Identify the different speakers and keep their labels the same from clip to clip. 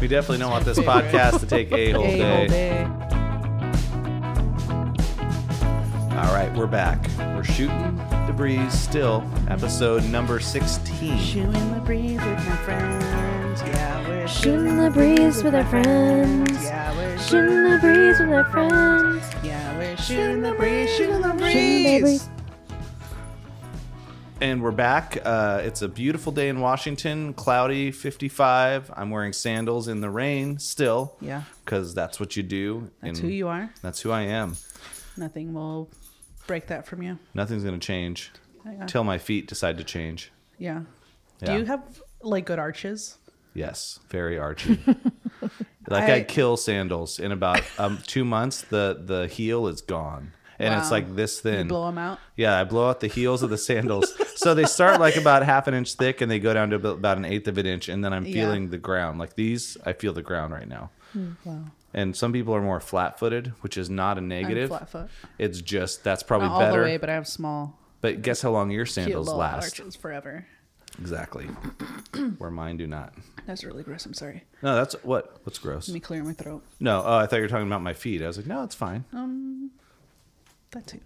Speaker 1: we definitely don't want this podcast to take a whole
Speaker 2: A whole
Speaker 1: day.
Speaker 2: day.
Speaker 1: All right, we're back. We're shooting the breeze still. Episode number 16.
Speaker 3: Chewing the breeze with my friends. Yeah, we're
Speaker 2: Shooting the breeze with our friends.
Speaker 3: Yeah, we're
Speaker 2: Shooting the breeze with our friends.
Speaker 3: Yeah, we're shooting the breeze, shooting the
Speaker 2: Shooting the breeze.
Speaker 1: And we're back. Uh, it's a beautiful day in Washington, cloudy, 55. I'm wearing sandals in the rain still.
Speaker 3: Yeah.
Speaker 1: Because that's what you do.
Speaker 3: That's who you are.
Speaker 1: That's who I am.
Speaker 3: Nothing will break that from you.
Speaker 1: Nothing's going to change
Speaker 3: Yeah.
Speaker 1: till my feet decide to change.
Speaker 3: Yeah.
Speaker 1: Yeah.
Speaker 3: Do you have like good arches?
Speaker 1: Yes, very Archie. like I,
Speaker 3: I-
Speaker 1: kill sandals in about um, two months. The the heel is gone, and it's
Speaker 3: Wow.
Speaker 1: like this
Speaker 3: You
Speaker 1: thin.
Speaker 3: blow them out.
Speaker 1: yeah, I blow out the heels of the sandals, so they start like about half an inch thick, and they go down to about about an eighth of an inch, and then I'm
Speaker 3: Yeah. Hmm,
Speaker 1: feeling the ground. Like these, I feel the ground right now.
Speaker 3: Wow.
Speaker 1: And some people are more flat-footed, which is not a
Speaker 3: I'm
Speaker 1: negative.
Speaker 3: flat foot.
Speaker 1: It's just that's probably
Speaker 3: Not all
Speaker 1: better.
Speaker 3: the way, but I have small,
Speaker 1: but guess how long your
Speaker 3: cute
Speaker 1: sandals
Speaker 3: little
Speaker 1: last?
Speaker 3: arches forever.
Speaker 1: Exactly, where mine do not.
Speaker 3: That's really gross. I'm sorry.
Speaker 1: No, that's what. What's gross?
Speaker 3: Let me clear my throat.
Speaker 1: No, oh, I thought you were talking about my feet. I was like, no, it's fine.
Speaker 3: Oh. That too.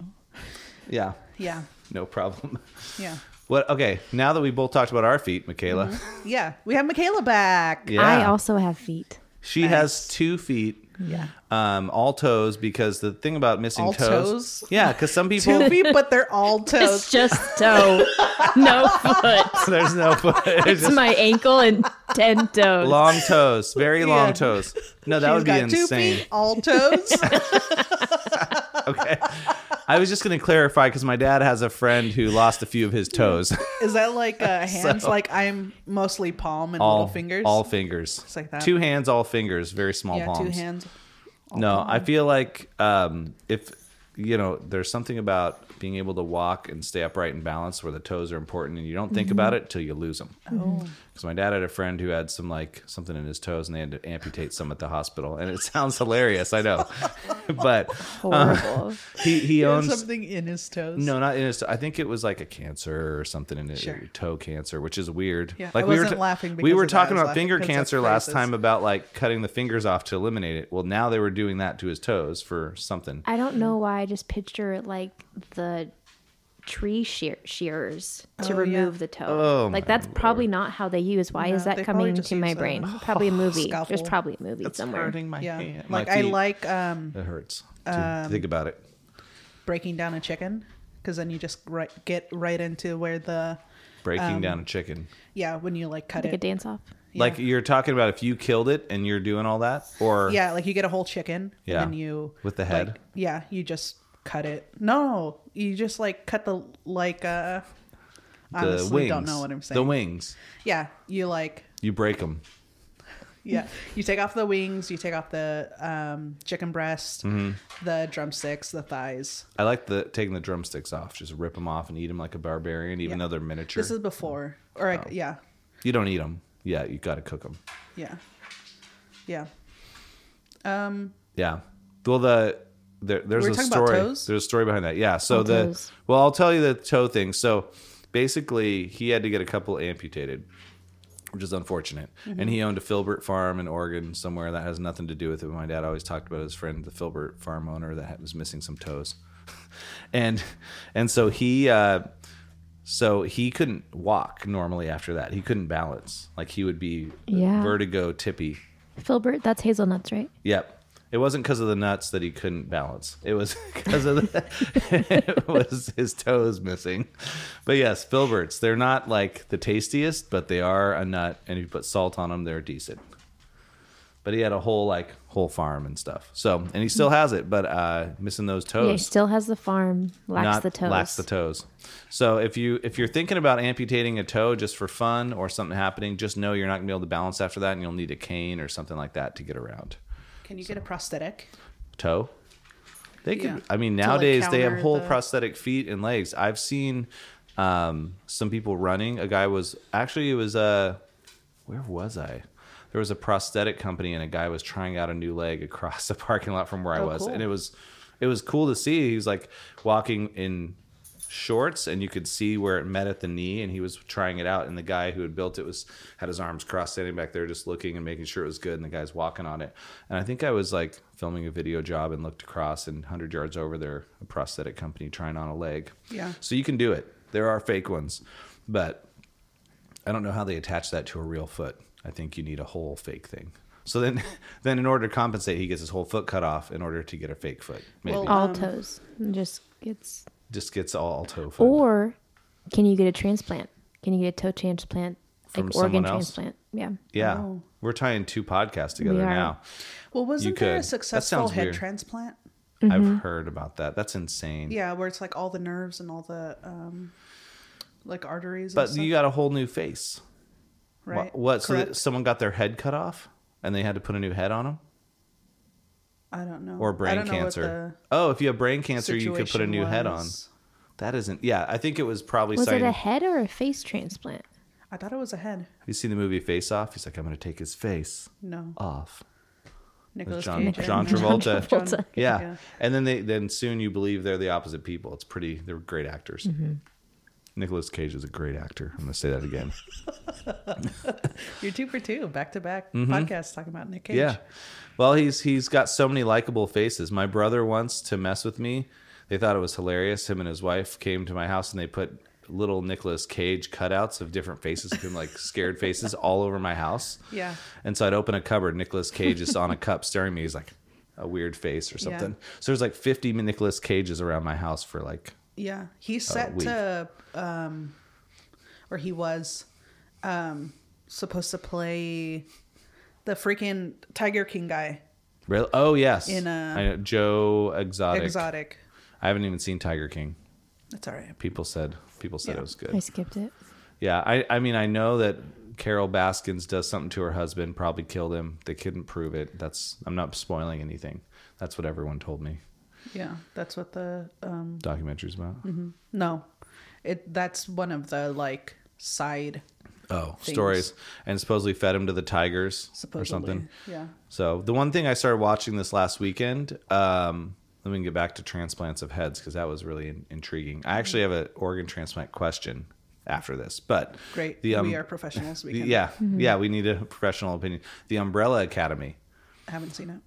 Speaker 1: Yeah,
Speaker 3: Yeah.
Speaker 1: no problem.
Speaker 3: Yeah.
Speaker 1: what? Okay, now that we both talked about our feet, Michaela,
Speaker 3: Yeah. We have Michaela back.
Speaker 1: yeah,
Speaker 2: I also have feet.
Speaker 1: she
Speaker 3: Nice.
Speaker 1: has two feet.
Speaker 3: Yeah.
Speaker 1: Um, all toes because the thing about missing
Speaker 3: All
Speaker 1: toes,
Speaker 3: toes?
Speaker 1: yeah, because some
Speaker 3: Two
Speaker 1: people
Speaker 3: feet, but they're all toes.
Speaker 2: It's just toe, no foot.
Speaker 1: there's no foot, it's
Speaker 2: It's
Speaker 1: just
Speaker 2: my ankle and ten toes.
Speaker 1: long toes, very
Speaker 3: Yeah.
Speaker 1: long toes. No, that
Speaker 3: She's
Speaker 1: would be
Speaker 3: got
Speaker 1: insane.
Speaker 3: Two feet, all toes.
Speaker 1: Okay, I was just gonna clarify because my dad has a friend who lost a few of his toes,
Speaker 3: Is that like uh, hands? like I'm mostly palm and
Speaker 1: all
Speaker 3: little fingers.
Speaker 1: all fingers,
Speaker 3: It's like that.
Speaker 1: Two hands, all fingers, very small
Speaker 3: yeah,
Speaker 1: palms.
Speaker 3: two hands.
Speaker 1: No, I feel like um, if you know, there's something about being able to walk and stay upright and balanced where the toes are important, and you don't think about it till you lose them. Because my dad had a friend who had some like something in his toes, and they had to amputate some at the hospital. And it sounds hilarious, I know, but
Speaker 2: Horrible.
Speaker 1: he he
Speaker 3: There's
Speaker 1: owns.
Speaker 3: something in his toes.
Speaker 1: No, not in his. I think it was like a cancer or something in it,
Speaker 3: Sure.
Speaker 1: toe cancer, which is weird.
Speaker 3: Yeah,
Speaker 1: like
Speaker 3: I
Speaker 1: we were
Speaker 3: wasn't laughing
Speaker 1: we
Speaker 3: because
Speaker 1: were
Speaker 3: of that. I
Speaker 1: talking
Speaker 3: was
Speaker 1: about
Speaker 3: laughing
Speaker 1: finger
Speaker 3: because of
Speaker 1: cancer last
Speaker 3: phrases.
Speaker 1: time about like cutting the fingers off to eliminate it. Well, now they were doing that to his toes for something.
Speaker 2: I don't know why I just picture like the tree shear- shearers to
Speaker 3: Oh, yeah.
Speaker 2: remove the toe.
Speaker 1: Oh,
Speaker 2: like
Speaker 1: my
Speaker 2: that's probably not how they use. Why is
Speaker 3: No,
Speaker 2: that
Speaker 3: they probably
Speaker 2: coming
Speaker 3: just
Speaker 2: to my
Speaker 3: use a
Speaker 2: brain? Probably a movie. There's
Speaker 3: scalpel.
Speaker 2: probably a movie
Speaker 1: It's
Speaker 2: somewhere.
Speaker 1: hurting my
Speaker 3: Yeah.
Speaker 1: hand.
Speaker 3: Like
Speaker 1: my
Speaker 3: I
Speaker 1: feet.
Speaker 3: like um,
Speaker 1: It hurts to think about it.
Speaker 3: breaking down a chicken because then you just right, get right into where the
Speaker 1: Breaking down a chicken.
Speaker 3: yeah when you like cut
Speaker 2: Like a
Speaker 3: it.
Speaker 2: dance off.
Speaker 3: um, yeah.
Speaker 1: Like you're talking about if you killed it and you're doing all that, or
Speaker 3: yeah, like you get a whole chicken
Speaker 1: Yeah.
Speaker 3: and then you
Speaker 1: With the
Speaker 3: like,
Speaker 1: head?
Speaker 3: yeah, you just cut it. No, you just like cut the like uh.
Speaker 1: the
Speaker 3: honestly,
Speaker 1: wings.
Speaker 3: don't know what I'm saying.
Speaker 1: The wings.
Speaker 3: Yeah, you like
Speaker 1: You break them.
Speaker 3: Yeah, you take off the wings, you take off the um, chicken breast,
Speaker 1: Mm-hmm.
Speaker 3: the drumsticks, the thighs.
Speaker 1: I like the taking the drumsticks off. Just rip them off and eat them like a barbarian, even
Speaker 3: Yeah.
Speaker 1: though they're miniature.
Speaker 3: This is before, or like, yeah,
Speaker 1: You don't eat them. Yeah, you got to cook them.
Speaker 3: yeah, yeah. Um,
Speaker 1: Yeah. Well, the there, there's
Speaker 3: We were
Speaker 1: a
Speaker 3: talking
Speaker 1: story.
Speaker 3: about toes?
Speaker 1: There's a story behind that. Yeah. So
Speaker 2: All
Speaker 1: the
Speaker 2: toes.
Speaker 1: well, I'll tell you the toe thing. So basically, he had to get a couple amputated, which is unfortunate.
Speaker 3: Mm-hmm.
Speaker 1: And he owned a Filbert farm in Oregon somewhere that has nothing to do with it. My dad always talked about his friend, the Filbert farm owner, that had- was missing some toes, and and so he. Uh, so he couldn't walk normally after that. He couldn't balance. Like he would be
Speaker 2: Yeah.
Speaker 1: vertigo tippy.
Speaker 2: Filbert, that's hazelnuts, right?
Speaker 1: Yep. It wasn't because of the nuts that he couldn't balance. It was because of the, it was his toes missing. But yes, filberts. They're not like the tastiest, but they are a nut, and if you put salt on them, they're decent. But he had a whole like whole farm and stuff. So and he still has it, but uh missing those toes
Speaker 2: Yeah, he still has the farm. Lacks
Speaker 1: not
Speaker 2: the toes.
Speaker 1: lacks the toes. So if you if you're thinking about amputating a toe just for fun or something happening, just know you're not gonna be able to balance after that, and you'll need a cane or something like that to get around.
Speaker 3: can you get a prosthetic?
Speaker 1: toe. They could.
Speaker 3: Yeah.
Speaker 1: I mean,
Speaker 3: To, like,
Speaker 1: nowadays they have
Speaker 3: counter
Speaker 1: whole
Speaker 3: the-
Speaker 1: prosthetic feet and legs. I've seen um, some people running. A guy was actually it was Uh, where was I? There was a prosthetic company and a guy was trying out a new leg across the parking lot from where I
Speaker 3: Oh,
Speaker 1: was,
Speaker 3: cool.
Speaker 1: and it was it was cool to see. He was like walking in shorts and you could see where it met at the knee and he was trying it out and the guy who had built it was had his arms crossed standing back there just looking and making sure it was good and the guy's walking on it and i think i was like filming a video job and looked across and 100 yards over there a prosthetic company trying on a leg
Speaker 3: Yeah.
Speaker 1: so you can do it there are fake ones but I don't know how they attach that to a real foot. I think you need a whole fake thing. So then, then in order to compensate, he gets his whole foot cut off in order to get a fake foot. Maybe
Speaker 3: Well, uh,
Speaker 2: all toes. And Just gets.
Speaker 1: just gets all alto foot.
Speaker 2: Or can you get a transplant? Can you get a toe transplant?
Speaker 1: From
Speaker 2: like organ
Speaker 1: someone else?
Speaker 2: transplant. Yeah.
Speaker 1: yeah, we're tying two podcasts
Speaker 2: We
Speaker 1: together
Speaker 2: are.
Speaker 1: now.
Speaker 3: Well, wasn't
Speaker 1: could.
Speaker 3: there a
Speaker 1: That
Speaker 3: successful
Speaker 1: sounds
Speaker 3: head
Speaker 1: weird.
Speaker 3: transplant?
Speaker 1: I've heard about that. That's insane.
Speaker 3: Mm-hmm. Yeah, where it's like all the nerves and all the um, like arteries. and
Speaker 1: but
Speaker 3: stuff,
Speaker 1: you got a whole new face. Wha-
Speaker 3: right?
Speaker 1: What? so that
Speaker 3: Correct?
Speaker 1: someone got their head cut off and they had to put a new head on them,
Speaker 3: I don't know.
Speaker 1: or
Speaker 3: I
Speaker 1: brain
Speaker 3: don't know what
Speaker 1: cancer?
Speaker 3: the
Speaker 1: Oh, if you have brain cancer, you could put a
Speaker 3: situation
Speaker 1: new head on.
Speaker 3: was.
Speaker 1: That isn't. Yeah, I think it was probably.
Speaker 2: Was it
Speaker 1: cited-
Speaker 2: a head or a face transplant?
Speaker 3: I thought it was a head.
Speaker 1: Have you seen the movie Face Off? He's like, I'm going to take his face
Speaker 3: No,
Speaker 1: off.
Speaker 3: Nicholas
Speaker 1: Oh, John-
Speaker 3: Cage. and,
Speaker 1: John
Speaker 3: uh,
Speaker 1: Travolta.
Speaker 2: Travolta.
Speaker 1: Yeah.
Speaker 3: Yeah.
Speaker 1: And then they then soon you believe they're the opposite people. It's pretty. They're great actors. Nicholas Cage is a great actor. I'm going to say that again.
Speaker 3: You're two for two, back to back podcasts talking about Nick Cage.
Speaker 1: Mm-hmm. yeah. Well, he's he's got so many likable faces. My brother once to mess with me. They thought it was hilarious. Him and his wife came to my house and they put little Nicolas Cage cutouts of different faces, of him, like scared faces, all over my house.
Speaker 3: Yeah.
Speaker 1: And so I'd open a cupboard. Nicolas Cage is on a cup staring at me. He's like a weird face or
Speaker 3: Yeah.
Speaker 1: something. So there's like 50 Nicolas Cages around my house for like,
Speaker 3: Yeah,
Speaker 1: Oh,
Speaker 3: he's set
Speaker 1: week.
Speaker 3: to, um, or he was, um, supposed to play the freaking Tiger King guy,
Speaker 1: real- oh, yes.
Speaker 3: In, uh,
Speaker 1: I know, Joe Exotic.
Speaker 3: exotic.
Speaker 1: I haven't even seen Tiger King.
Speaker 3: That's all right.
Speaker 1: People said, people said
Speaker 3: Yeah.
Speaker 1: it was good.
Speaker 2: I skipped it.
Speaker 1: Yeah, I, I mean, I know that Carol Baskins does something to her husband, probably killed him. They couldn't prove it. That's I'm not spoiling anything. That's what everyone told me.
Speaker 3: Yeah, that's what the um
Speaker 1: Documentaries about.
Speaker 3: no, it that's one of the like side
Speaker 1: Oh,
Speaker 3: Things.
Speaker 1: stories, and supposedly fed him to the tigers
Speaker 3: supposedly.
Speaker 1: or something.
Speaker 3: Yeah.
Speaker 1: So the one thing I started watching this last weekend. Um, let me get back to transplants of heads because that was really in- intriguing. I actually have an organ transplant question after this, but
Speaker 3: Great.
Speaker 1: The, um,
Speaker 3: we are Mm-hmm. professionals. We can,
Speaker 1: yeah, yeah, we need a professional opinion. The Umbrella Academy.
Speaker 3: haven't seen it.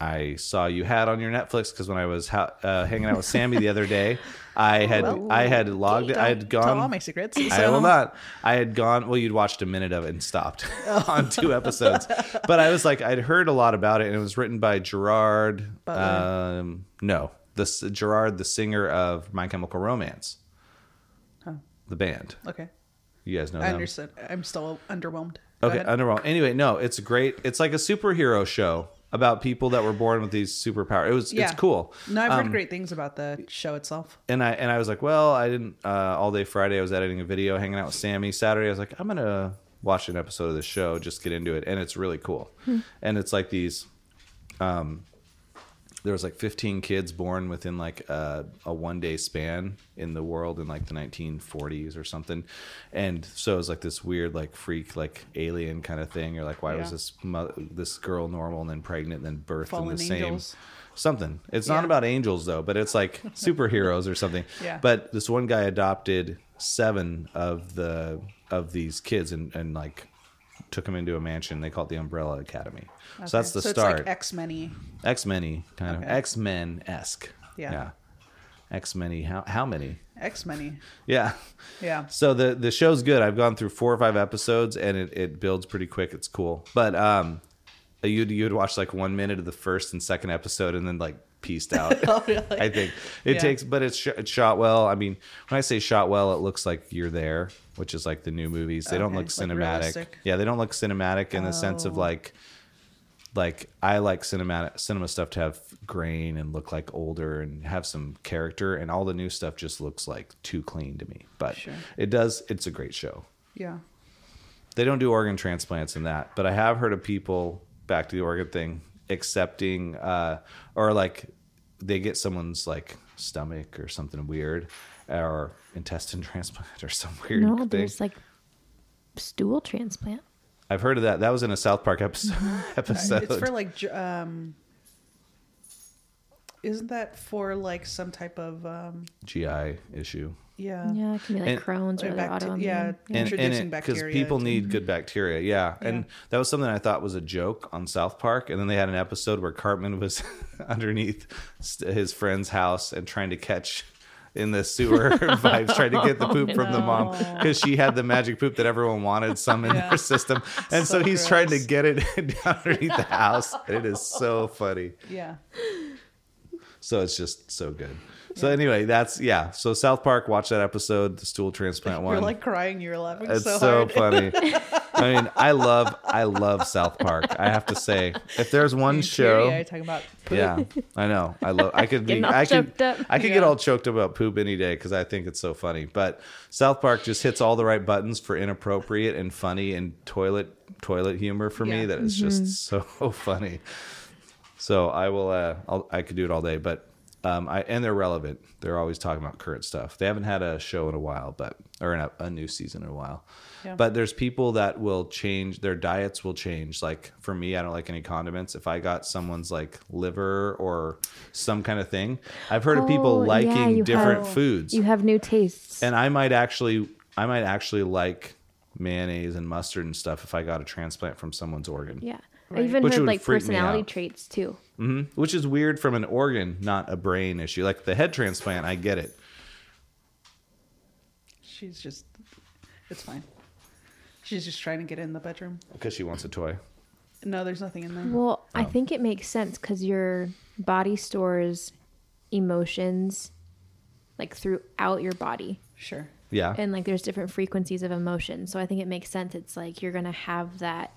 Speaker 1: I saw you had on your Netflix because when I was ha- uh, hanging out with Sammy the other day, I had
Speaker 3: Oh, Well,
Speaker 1: I had logged
Speaker 3: Don't
Speaker 1: I had
Speaker 3: Tell all
Speaker 1: gone.
Speaker 3: my secrets.
Speaker 1: Um, I will not. I had gone. Well, you'd watched a minute of it and stopped on two episodes. But I was like, I'd heard a lot about it, and it was written by Gerard.
Speaker 3: Butler.
Speaker 1: Um, no, this Gerard, the singer of My Chemical Romance,
Speaker 3: Huh.
Speaker 1: the band.
Speaker 3: Okay.
Speaker 1: You guys know
Speaker 3: I
Speaker 1: them.
Speaker 3: understand. I'm still underwhelmed. Go
Speaker 1: Um, Okay,
Speaker 3: ahead.
Speaker 1: underwhelmed. Anyway, no, it's a great. It's like a superhero show about people that were born with these superpowers. It was.
Speaker 3: Yeah.
Speaker 1: It's cool. Um,
Speaker 3: No, I've heard great things about the show itself.
Speaker 1: and I and I was like, well, I didn't uh, all day Friday. I was editing a video, hanging out with Sammy. Saturday, I was like, I'm gonna watch an episode of the show, just get into it, and it's really cool.
Speaker 3: Hmm.
Speaker 1: And it's like these, um, there was like 15 kids born within like a, a one day span in the world in like the 1940s or something, and so it was like this weird like freak like alien kind of thing. You're like, why was
Speaker 3: Yeah.
Speaker 1: this mo- this girl normal and then pregnant and then birthed in
Speaker 3: Fallen
Speaker 1: the same?
Speaker 3: angels.
Speaker 1: something. It's not
Speaker 3: Yeah.
Speaker 1: about angels though, but it's like superheroes or something.
Speaker 3: Yeah.
Speaker 1: But this one guy adopted seven of the of these kids and and like took them into a mansion. They call it the Umbrella Academy. So that's the
Speaker 3: so
Speaker 1: start.
Speaker 3: It's like X many.
Speaker 1: X many kind of
Speaker 3: Okay.
Speaker 1: X Men esque.
Speaker 3: Yeah.
Speaker 1: X many. How how many?
Speaker 3: X many.
Speaker 1: Yeah.
Speaker 3: Yeah.
Speaker 1: So the the show's good. I've gone through four or five episodes, and it, it builds pretty quick. It's cool, but um, you'd you'd watch like one minute of the first and second episode, and then like pieced out. I think it
Speaker 3: Oh, Yeah.
Speaker 1: takes, but it's, sh- it's shot well. I mean, when I say shot well, it looks like you're there, which is like the new movies. They don't
Speaker 3: Okay,
Speaker 1: look
Speaker 3: like
Speaker 1: cinematic.
Speaker 3: realistic.
Speaker 1: yeah, they don't look cinematic in the sense of
Speaker 3: Oh.
Speaker 1: like like I like cinematic cinema stuff to have grain and look like older and have some character and all the new stuff just looks like too clean to me. But
Speaker 3: Sure.
Speaker 1: it does it's a great show.
Speaker 3: Yeah.
Speaker 1: They don't do organ transplants in that, but I have heard of people back to the organ thing accepting uh or like they get someone's like stomach or something weird or intestine transplant or some weird
Speaker 2: No,
Speaker 1: thing.
Speaker 2: there's like stool transplant.
Speaker 1: I've heard of that. That was in a South Park episode. episode.
Speaker 3: It's for like j- um isn't that for like some type of um
Speaker 1: GI issue.
Speaker 3: yeah,
Speaker 2: Yeah, it can be like
Speaker 1: And-
Speaker 2: Crohn's or
Speaker 3: Like
Speaker 2: like
Speaker 3: bacte-
Speaker 2: autoimmune.
Speaker 3: yeah.
Speaker 1: And,
Speaker 3: Introducing
Speaker 1: and because
Speaker 3: bacteria
Speaker 1: people
Speaker 3: to-
Speaker 1: need good bacteria, yeah. And that was something I thought was a joke on South Park, and then they had an episode where Cartman was underneath st- his friend's house and trying to catch in the sewer vibes, trying to get
Speaker 3: Oh,
Speaker 1: the poop from the mom because she had the magic poop that everyone wanted, some in
Speaker 3: Yeah.
Speaker 1: their system, and so,
Speaker 3: So
Speaker 1: he's trying to
Speaker 3: gross.
Speaker 1: get it down underneath the house. It is so funny.
Speaker 3: yeah.
Speaker 1: So it's just so good. So anyway, that's yeah. So South Park, watch that episode, the stool transplant one.
Speaker 3: You're like crying. You're laughing
Speaker 1: It's
Speaker 3: so,
Speaker 1: so,
Speaker 3: hard.
Speaker 1: funny. I mean, I love I love South Park. I have to say, if there's one show,
Speaker 3: Yeah, talking about poop.
Speaker 1: yeah, I know. I love. I could be.
Speaker 2: Getting all
Speaker 1: I could.
Speaker 2: choked up.
Speaker 1: I could get
Speaker 3: Yeah.
Speaker 1: all choked up about poop any day because I think it's so funny. But South Park just hits all the right buttons for inappropriate and funny and toilet toilet humor for me.
Speaker 3: Yeah.
Speaker 1: That is just so funny. So I will. Uh, I'll, I could do it all day, but. Um, I, and they're relevant. They're always talking about current stuff. They haven't had a show in a while, but or in a, a new season in a while.
Speaker 3: Yeah.
Speaker 1: But there's people that will change their diets. Will change. Like for me, I don't like any condiments. If I got someone's like liver or some kind of thing, I've heard of
Speaker 2: Oh,
Speaker 1: people
Speaker 2: yeah,
Speaker 1: liking
Speaker 2: you
Speaker 1: different
Speaker 2: have-
Speaker 1: foods.
Speaker 2: You have new tastes.
Speaker 1: and I might actually, I might actually like mayonnaise and mustard and stuff if I got a transplant from someone's organ.
Speaker 2: yeah. I even
Speaker 1: Which
Speaker 2: heard
Speaker 1: would
Speaker 2: like
Speaker 1: freak me
Speaker 2: personality
Speaker 1: out.
Speaker 2: traits too. Mm-hmm.
Speaker 1: which is weird from an organ, not a brain issue. Like the head transplant, I get it.
Speaker 3: She's just, it's fine. She's just trying to get in the bedroom.
Speaker 1: Because she wants a toy.
Speaker 3: No, there's nothing in there.
Speaker 2: Well,
Speaker 1: Oh.
Speaker 2: I think it makes sense because your body stores emotions like throughout your body.
Speaker 3: Sure.
Speaker 1: Yeah.
Speaker 2: And like there's different frequencies of emotion. So I think it makes sense. It's like you're going to have that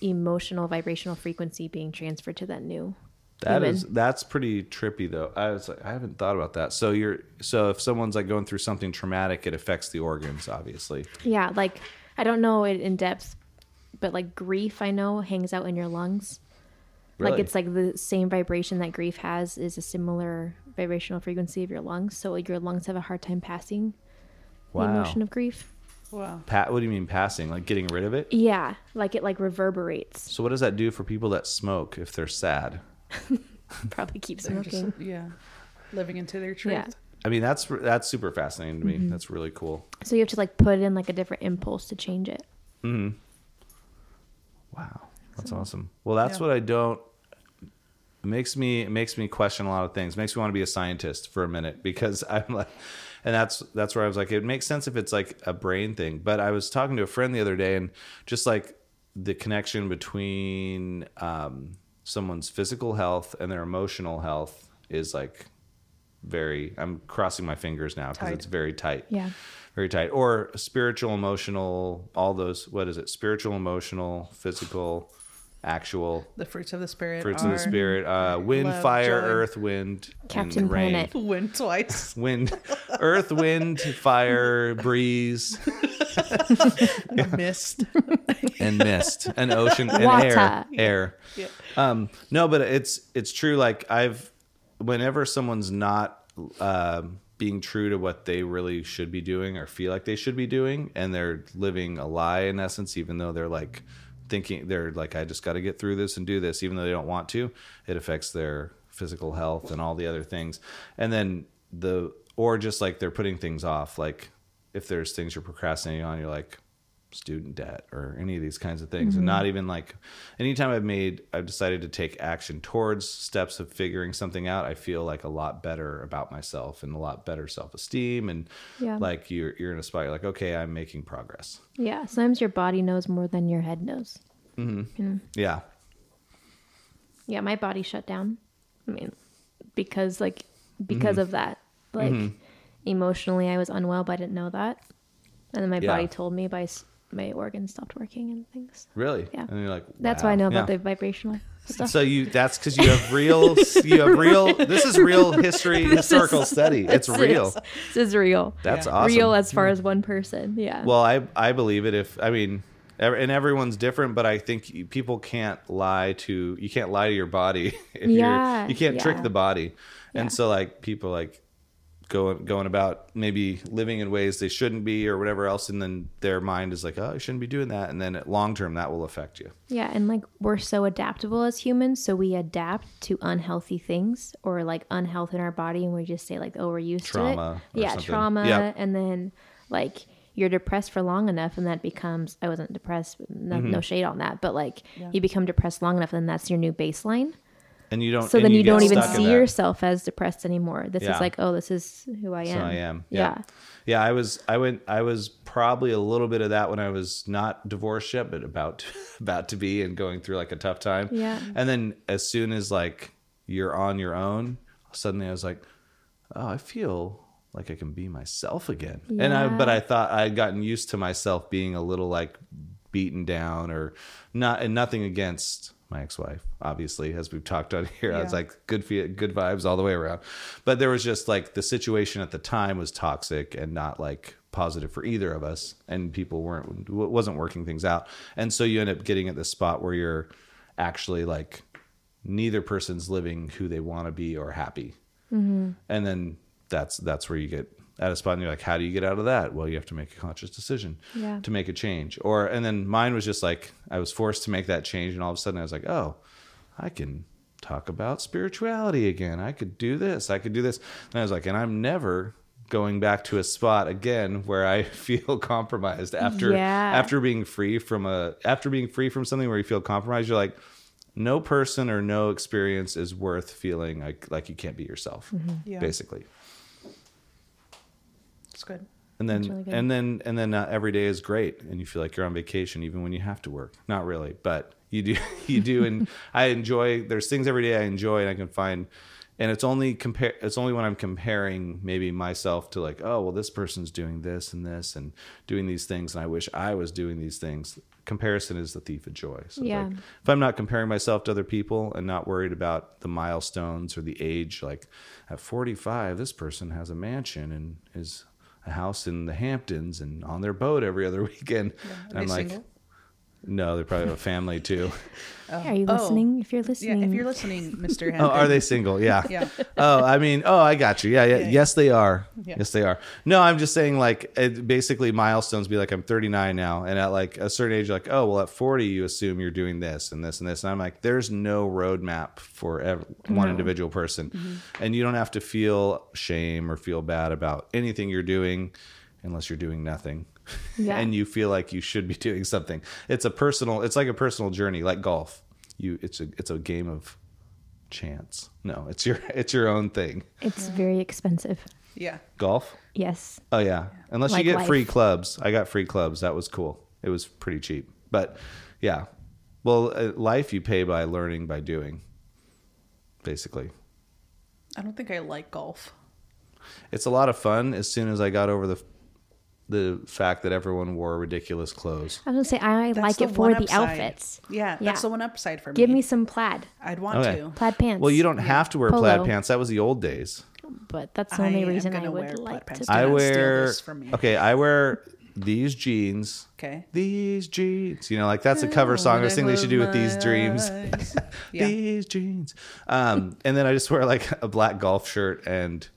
Speaker 2: emotional vibrational frequency being transferred to that new.
Speaker 1: That
Speaker 2: human.
Speaker 1: is that's pretty trippy though. I was like, I haven't thought about that. So you're so if someone's like going through something traumatic, it affects the organs, obviously.
Speaker 2: Yeah, like I don't know it in depth, but like grief I know hangs out in your lungs. Like
Speaker 1: Really?
Speaker 2: it's like the same vibration that grief has is a similar vibrational frequency of your lungs. So like your lungs have a hard time passing the
Speaker 1: Wow.
Speaker 2: emotion of grief.
Speaker 3: Wow.
Speaker 1: Pat, what do you mean passing? Like getting rid of it?
Speaker 2: Yeah, like it like reverberates.
Speaker 1: So what does that do for people that smoke if they're sad?
Speaker 2: Probably keeps
Speaker 3: They're just-
Speaker 2: smoking.
Speaker 3: yeah. Living into their truth.
Speaker 2: Yeah.
Speaker 1: I mean, that's that's super fascinating to me.
Speaker 2: Mm-hmm.
Speaker 1: That's really cool.
Speaker 2: So you have to like put in like a different impulse to change it.
Speaker 1: Wow, that's awesome. Well, that's
Speaker 3: Yeah.
Speaker 1: what I don't. It makes me it makes me question a lot of things. It makes me want to be a scientist for a minute because I'm like, and that's that's where I was like, it makes sense if it's like a brain thing. But I was talking to a friend the other day, and just like the connection between um, someone's physical health and their emotional health is like very. I'm crossing my fingers now because
Speaker 3: Tight.
Speaker 1: it's very tight
Speaker 2: Yeah.
Speaker 1: very tight or spiritual emotional all those what is it spiritual emotional physical actual
Speaker 3: The fruits of the spirit.
Speaker 1: fruits
Speaker 3: are
Speaker 1: of the spirit uh wind
Speaker 3: love,
Speaker 1: fire
Speaker 3: joy.
Speaker 1: earth wind
Speaker 2: Captain
Speaker 1: and rain
Speaker 2: Planet.
Speaker 3: Win twice.
Speaker 1: wind earth wind fire breeze
Speaker 3: Missed.
Speaker 1: and mist and ocean and air
Speaker 2: Water.
Speaker 1: air
Speaker 3: Yeah.
Speaker 1: um no but it's it's true like i've whenever someone's not um being true to what they really should be doing or feel like they should be doing and they're living a lie in essence even though they're like thinking they're like i just got to get through this and do this even though they don't want to it affects their physical health and all the other things and then the or just like they're putting things off like if there's things you're procrastinating on you're like student debt or any of these kinds of things
Speaker 2: Mm-hmm.
Speaker 1: and not even like anytime i've made i've decided to take action towards steps of figuring something out i feel like a lot better about myself and a lot better self-esteem and
Speaker 2: Yeah.
Speaker 1: like you're you're in a spot you're like okay i'm making progress
Speaker 2: Yeah. Sometimes your body knows more than your head knows.
Speaker 1: yeah
Speaker 2: yeah my body shut down i mean because like because
Speaker 1: Mm-hmm.
Speaker 2: of that like emotionally i was unwell but i didn't know that and then my
Speaker 1: Yeah.
Speaker 2: body told me by s- my organs stopped working and things
Speaker 1: really
Speaker 2: Yeah.
Speaker 1: and you're like
Speaker 2: that's
Speaker 1: wow.
Speaker 2: why i know
Speaker 1: Yeah.
Speaker 2: about the vibrational stuff
Speaker 1: So you that's because you have real you have real this is real history historical study. It's real.
Speaker 2: This, is real
Speaker 1: That's
Speaker 3: Yeah.
Speaker 1: awesome.
Speaker 2: real as far as one person yeah
Speaker 1: well, I I believe it if I mean ev- and everyone's different, but I think you- people can't lie to you can't lie to your body if
Speaker 2: Yeah,
Speaker 1: you're you can't
Speaker 2: yeah.
Speaker 1: trick the body.
Speaker 2: Yeah.
Speaker 1: And so like people like going going about maybe living in ways they shouldn't be or whatever else and then their mind is like oh i shouldn't be doing that and then long term that will affect you
Speaker 2: Yeah, and like we're so adaptable as humans, so we adapt to unhealthy things or like unhealth in our body, and we just say like, "Oh, we're used
Speaker 1: Trauma
Speaker 2: to
Speaker 1: or
Speaker 2: it." Yeah,
Speaker 1: something.
Speaker 2: trauma,
Speaker 1: Yeah.
Speaker 2: and then like you're depressed for long enough, and that becomes I wasn't depressed, no,
Speaker 1: Mm-hmm.
Speaker 2: no shade on that, but like you become depressed long enough, and that's your new baseline.
Speaker 1: and you don't
Speaker 2: So
Speaker 1: and
Speaker 2: then you,
Speaker 1: get
Speaker 2: don't even
Speaker 1: stuck in
Speaker 2: see
Speaker 1: that.
Speaker 2: yourself as depressed anymore. This
Speaker 1: Yeah.
Speaker 2: is like, oh, this is who I am.
Speaker 1: So I am.
Speaker 2: Yeah.
Speaker 1: yeah. Yeah, I was I went I was probably a little bit of that when I was not divorced yet, but about about to be and going through like a tough time.
Speaker 2: Yeah.
Speaker 1: And then as soon as like you're on your own, suddenly I was like, Oh, I feel like I can be myself again. And I but
Speaker 2: Yeah.
Speaker 1: I thought I had gotten used to myself being a little like beaten down or not and nothing against my ex-wife obviously as we've talked on here i was
Speaker 3: Yeah.
Speaker 1: like good fe- good vibes all the way around but there was just like the situation at the time was toxic and not like positive for either of us and people weren't w- wasn't working things out and so you end up getting at this spot where you're actually like neither person's living who they want to be or happy
Speaker 2: Mm-hmm.
Speaker 1: and then that's that's where you get at a spot and you're like how do you get out of that well you have to make a conscious decision
Speaker 2: Yeah.
Speaker 1: to make a change or and then mine was just like i was forced to make that change and all of a sudden i was like oh i can talk about spirituality again i could do this i could do this and i was like and i'm never going back to a spot again where i feel compromised after
Speaker 2: Yeah.
Speaker 1: after being free from a after being free from something where you feel compromised you're like no person or no experience is worth feeling like like you can't be yourself
Speaker 3: Yeah.
Speaker 1: basically
Speaker 3: It's good.
Speaker 1: and then
Speaker 2: That's really good.
Speaker 1: and then and then uh, every day is great and you feel like you're on vacation even when you have to work not really but you do you do and i enjoy there's things every day i enjoy and i can find and it's only compare it's only when i'm comparing maybe myself to like oh well this person's doing this and this and doing these things and i wish i was doing these things comparison is the thief of joy so it's
Speaker 2: Yeah.
Speaker 1: like, if i'm not comparing myself to other people and not worried about the milestones or the age like at 45 this person has a mansion and is a house in the Hamptons and on their boat every other weekend. And
Speaker 3: Are
Speaker 1: I'm
Speaker 3: they
Speaker 1: like,
Speaker 3: single?
Speaker 1: no, they probably have a family too.
Speaker 2: Are you
Speaker 3: Oh.
Speaker 2: listening? If you're
Speaker 3: Yeah,
Speaker 2: listening,
Speaker 3: if you're listening, Mr.
Speaker 1: oh,
Speaker 3: Hampton.
Speaker 1: are they single? Yeah.
Speaker 3: Yeah.
Speaker 1: Oh, I mean, oh, I got you. Yeah, yeah.
Speaker 3: Yeah.
Speaker 1: Yes, they are.
Speaker 3: Yeah.
Speaker 1: Yes, they are. No, I'm just saying, like, it, basically, milestones be like, I'm 39 now. And at like a certain age, you're like, oh, well, at 40, you assume you're doing this and this and this. And I'm like, there's no roadmap for ev- one
Speaker 2: No.
Speaker 1: individual person. And you don't have to feel shame or feel bad about anything you're doing unless you're doing nothing.
Speaker 2: Yeah.
Speaker 1: and you feel like you should be doing something. It's a personal. It's like a personal journey, like golf. You, it's a, it's a game of chance. No, it's your, it's your own thing.
Speaker 2: it's very expensive.
Speaker 3: Yeah.
Speaker 1: Golf.
Speaker 2: Yes.
Speaker 1: Oh yeah, unless you
Speaker 2: Like
Speaker 1: get
Speaker 2: life.
Speaker 1: free clubs. I got free clubs. That was cool. It was pretty cheap, but yeah. Well, uh, life you pay by learning by doing. Basically,
Speaker 3: I don't think I like golf.
Speaker 1: it's a lot of fun. As soon as I got over the, the fact that everyone wore ridiculous clothes.
Speaker 2: I was gonna say I
Speaker 3: That's
Speaker 2: like
Speaker 3: the
Speaker 2: it for
Speaker 3: one
Speaker 2: the
Speaker 3: upside.
Speaker 2: outfits.
Speaker 3: Yeah,
Speaker 2: Yeah.
Speaker 3: that's the one upside for me.
Speaker 2: Give me some plaid,
Speaker 3: I'd want
Speaker 1: Okay.
Speaker 3: to.
Speaker 2: plaid pants.
Speaker 1: Well, you don't have to wear plaid
Speaker 2: Polo.
Speaker 1: pants. That was the old days.
Speaker 2: But that's the only
Speaker 3: I am
Speaker 2: reason I
Speaker 3: gonna wear
Speaker 2: would
Speaker 3: plaid
Speaker 2: like to.
Speaker 3: pants.
Speaker 1: I
Speaker 3: Do not steal
Speaker 1: wear
Speaker 3: this from me.
Speaker 1: okay. I wear these jeans.
Speaker 3: Okay.
Speaker 1: These jeans. You know, like that's a cover song. I was thinking they should do with these dreams.
Speaker 3: yeah.
Speaker 1: These jeans. Um, and then I just wear like a black golf shirt and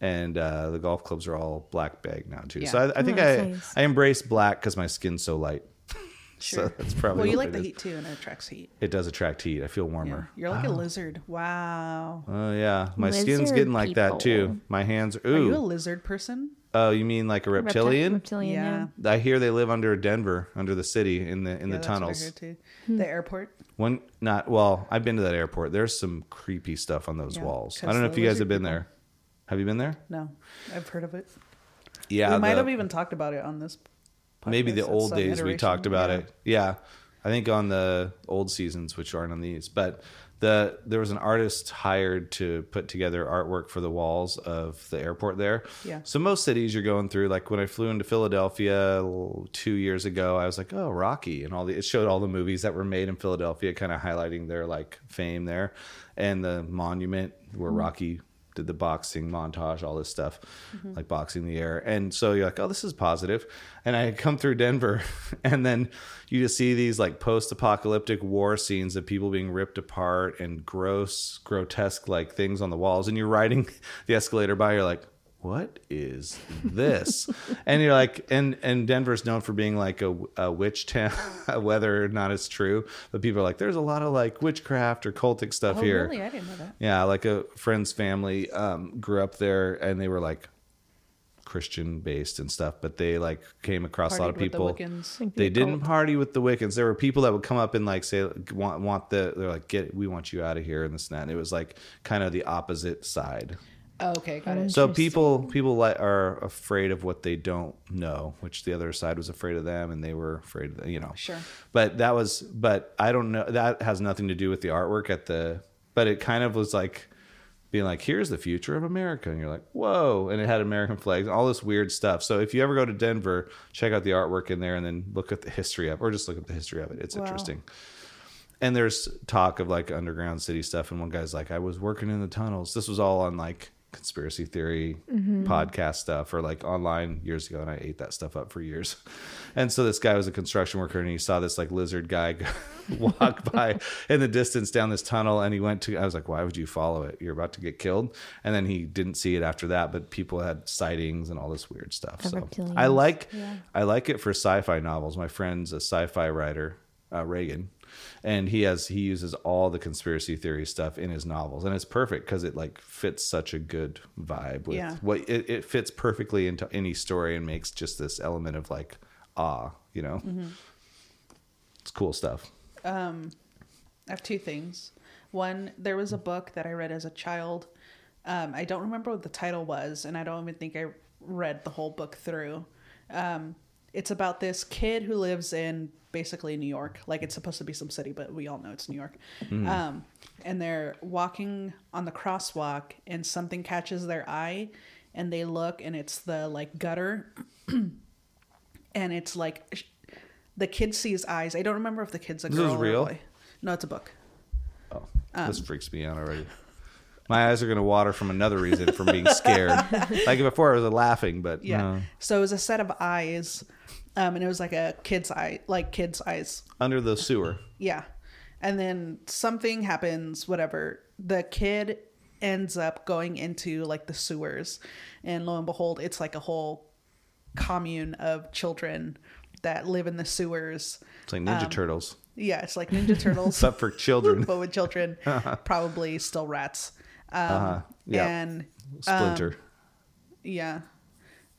Speaker 1: and uh, the golf clubs are all black bag now too. So
Speaker 3: Yeah.
Speaker 1: I, I think
Speaker 2: Oh,
Speaker 1: I
Speaker 2: that's nice.
Speaker 1: I embrace black because my skin's so light.
Speaker 3: Sure.
Speaker 1: So that's probably
Speaker 3: Well, you
Speaker 1: what
Speaker 3: like
Speaker 1: it
Speaker 3: the
Speaker 1: is.
Speaker 3: heat too, and it attracts heat.
Speaker 1: It does attract heat. I feel
Speaker 3: Yeah.
Speaker 1: warmer.
Speaker 3: You're like a lizard. Wow.
Speaker 1: Oh yeah, my skin's
Speaker 2: Lizard
Speaker 1: getting like that
Speaker 2: people.
Speaker 1: too. My hands. Are,
Speaker 3: Are
Speaker 1: ooh.
Speaker 3: you a lizard person?
Speaker 1: oh, you mean like a
Speaker 2: Repti-
Speaker 1: reptilian?
Speaker 2: reptilian,
Speaker 3: Yeah.
Speaker 2: yeah.
Speaker 1: I hear they live under Denver, under the city, in the in the
Speaker 3: Yeah, that's what I
Speaker 1: tunnels.
Speaker 3: heard, too.
Speaker 2: Hmm.
Speaker 3: The airport.
Speaker 1: One not well. I've been to that airport. There's some creepy stuff on those
Speaker 3: Yeah,
Speaker 1: walls. I
Speaker 3: 'cause
Speaker 1: don't know
Speaker 3: the
Speaker 1: if you guys
Speaker 3: lizard
Speaker 1: have been
Speaker 3: people-
Speaker 1: there. Have you been there?
Speaker 3: No, I've heard of it.
Speaker 1: Yeah,
Speaker 3: we might
Speaker 1: the-
Speaker 3: have even talked about it on this. Podcast
Speaker 1: maybe the
Speaker 3: at
Speaker 1: old
Speaker 3: some
Speaker 1: days we
Speaker 3: iteration.
Speaker 1: talked about
Speaker 3: Yeah.
Speaker 1: it. Yeah, I think on the old seasons, which aren't on these, but the there was an artist hired to put together artwork for the walls of the airport there.
Speaker 3: Yeah.
Speaker 1: So most cities you're going through, like when I flew into Philadelphia l- two years ago, I was like, oh, Rocky, and all the it showed all the movies that were made in Philadelphia, kind of highlighting their like fame there, and the monument where Rocky did the boxing montage, all this stuff, like boxing in the air. And so you're like, oh, this is positive. And I had come through Denver, and then you just see these like post apocalyptic war scenes of people being ripped apart and gross, grotesque like things on the walls. And you're riding the escalator by, you're like, what is this? and you're like, and and Denver's known for being like a, a witch town, whether or not it's true. But people are like, there's a lot of like witchcraft or cultic stuff
Speaker 3: Oh,
Speaker 1: here.
Speaker 3: really? I didn't know that.
Speaker 1: Yeah, like a friend's family um, grew up there, and they were like Christian based and stuff, but they like came across a lot of
Speaker 3: Partied with the
Speaker 1: people.
Speaker 3: Wiccans.
Speaker 2: Like the
Speaker 1: they didn't
Speaker 2: occult.
Speaker 1: party with the Wiccans. There were people that would come up and like say, "Want, want the?" They're like, "Get, we want you out of here," and this and that. And it was like kind of the opposite side.
Speaker 3: Oh, okay, got it.
Speaker 1: So people people like are afraid of what they don't know, which the other side was afraid of them, and they were afraid, of, you know.
Speaker 3: Sure.
Speaker 1: But that was, but I don't know. That has nothing to do with the artwork at the. But it kind of was like being like, "Here's the future of America," and you're like, "Whoa!" And it had American flags, all this weird stuff. So if you ever go to Denver, check out the artwork in there, and then look at the history of, or just look at the history of it. It's
Speaker 3: Wow.
Speaker 1: interesting and there's talk of like underground city stuff and one guy's like i was working in the tunnels this was all on like conspiracy theory podcast stuff or like online years ago and i ate that stuff up for years and so this guy was a construction worker and he saw this like lizard guy go- walk by in the distance down this tunnel and he went to i was like why would you follow it you're about to get killed and then he didn't see it after that but people had sightings and all this weird stuff
Speaker 2: The
Speaker 1: so i
Speaker 2: reptilians.
Speaker 1: like I like it for sci-fi novels. My friend's a sci-fi writer, uh, Reagan, and he has he uses all the conspiracy theory stuff in his novels, and it's perfect because it like fits such a good vibe with
Speaker 3: Yeah.
Speaker 1: what it, it fits perfectly into any story and makes just this element of like ah, you know,
Speaker 3: Mm-hmm.
Speaker 1: it's cool stuff.
Speaker 3: I have two things. One, there was a book that I read as a child. Um, I don't remember what the title was, and I don't even think I read the whole book through. Um, it's about this kid who lives in basically New York. Like it's supposed to be some city, but we all know it's New York.
Speaker 1: Hmm.
Speaker 3: Um, and they're walking on the crosswalk, and something catches their eye, and they look, and it's the like gutter and it's like sh- the kid sees eyes. I don't remember if the kid's a
Speaker 1: This
Speaker 3: girl
Speaker 1: is
Speaker 3: or a
Speaker 1: real?
Speaker 3: boy. No, it's a book.
Speaker 1: Oh,
Speaker 3: Um.
Speaker 1: this freaks me out already. My eyes are gonna water from another reason from being scared. like before, I was laughing, but
Speaker 3: Yeah.
Speaker 1: no.
Speaker 3: So it was a set of eyes, um, and it was like a kid's eye, like kid's eyes.
Speaker 1: under the sewer.
Speaker 3: Yeah. And then something happens, whatever. The kid ends up going into like the sewers. And lo and behold, it's like a whole commune of children that live in the sewers.
Speaker 1: It's like
Speaker 3: Um.
Speaker 1: Ninja Turtles,
Speaker 3: Yeah, it's like Ninja Turtles.
Speaker 1: except for children.
Speaker 3: but with children, probably still rats. Um,
Speaker 1: Uh-huh. Yeah.
Speaker 3: And
Speaker 1: Splinter.
Speaker 3: yeah.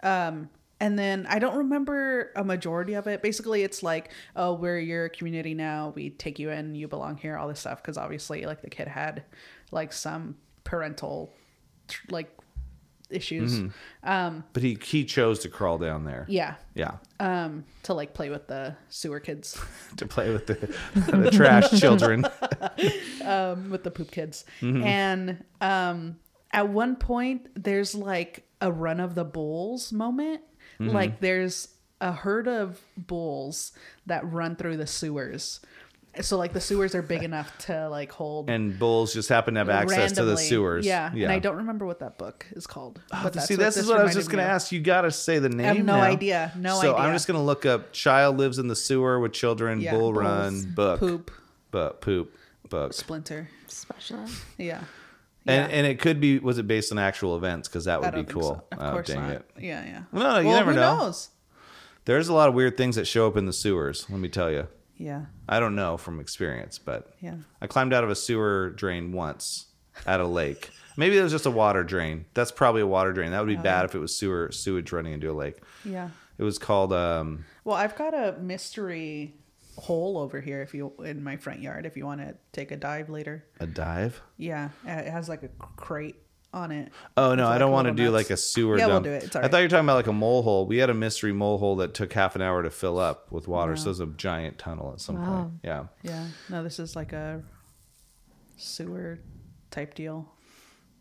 Speaker 3: Um, and then I don't remember a majority of it. Basically, it's like, oh, we're your community now. We take you in. You belong here. All this stuff. Because obviously, like the kid had like some parental tr- like issues.
Speaker 1: but he he chose to crawl down there.
Speaker 3: Yeah.
Speaker 1: Yeah.
Speaker 3: Um, to like play with the sewer kids.
Speaker 1: to play with the, the trash children.
Speaker 3: with the poop kids.
Speaker 1: Mm-hmm.
Speaker 3: And um, at one point, there's like a run of the bulls moment.
Speaker 1: Mm-hmm.
Speaker 3: Like there's a herd of bulls that run through the sewers. So like the sewers are big enough to like hold
Speaker 1: And bulls just happen to have access to the
Speaker 3: randomly.
Speaker 1: sewers.
Speaker 3: Yeah.
Speaker 1: yeah. Oh,
Speaker 3: and I don't remember what that book is called. but
Speaker 1: See,
Speaker 3: what
Speaker 1: this, is what I was
Speaker 3: reminded
Speaker 1: just
Speaker 3: me
Speaker 1: going to
Speaker 3: of.
Speaker 1: ask. You got to say the name.
Speaker 3: have no
Speaker 1: now.
Speaker 3: idea. No
Speaker 1: so I'm
Speaker 3: idea.
Speaker 1: just going to look up "Child lives in the sewer with children."
Speaker 3: Yeah,
Speaker 1: bull
Speaker 3: bulls,
Speaker 1: run book.
Speaker 3: poop,
Speaker 1: But poop. Book.
Speaker 3: splinter.
Speaker 2: Special.
Speaker 3: Yeah,
Speaker 1: And,
Speaker 3: Yeah.
Speaker 1: and it could be was it based on actual events because that
Speaker 3: I
Speaker 1: would
Speaker 3: don't
Speaker 1: be
Speaker 3: think
Speaker 1: cool.
Speaker 3: so. Of
Speaker 1: oh
Speaker 3: course
Speaker 1: dang
Speaker 3: not.
Speaker 1: it!
Speaker 3: Yeah, yeah.
Speaker 1: No, you never
Speaker 3: who
Speaker 1: know.
Speaker 3: Knows?
Speaker 1: There's a lot of weird things that show up in the sewers. Let me tell you.
Speaker 3: Yeah,
Speaker 1: I don't know from experience, but
Speaker 3: Yeah.
Speaker 1: I climbed out of a sewer drain once at a lake. Maybe it was just a water drain. That's probably a water drain. That
Speaker 3: Oh.
Speaker 1: would be bad if it was sewer sewage running into a lake.
Speaker 3: yeah.
Speaker 1: It was called um
Speaker 3: Well, I've got a mystery hole over here if you in my front yard if you want to take a dive later.
Speaker 1: a dive.
Speaker 3: Yeah, it has like a crate on it.
Speaker 1: Oh no,
Speaker 3: With,
Speaker 1: I don't want to
Speaker 3: little
Speaker 1: do like
Speaker 3: nuts.
Speaker 1: a sewer
Speaker 3: Yeah,
Speaker 1: dump.
Speaker 3: we'll do it. It's
Speaker 1: I thought you were talking about like a mole hole. We had a mystery mole hole that took half an hour to fill up with water. So it was a giant tunnel at some point.
Speaker 2: Wow.
Speaker 1: Yeah.
Speaker 3: yeah. No, this is like a sewer type deal,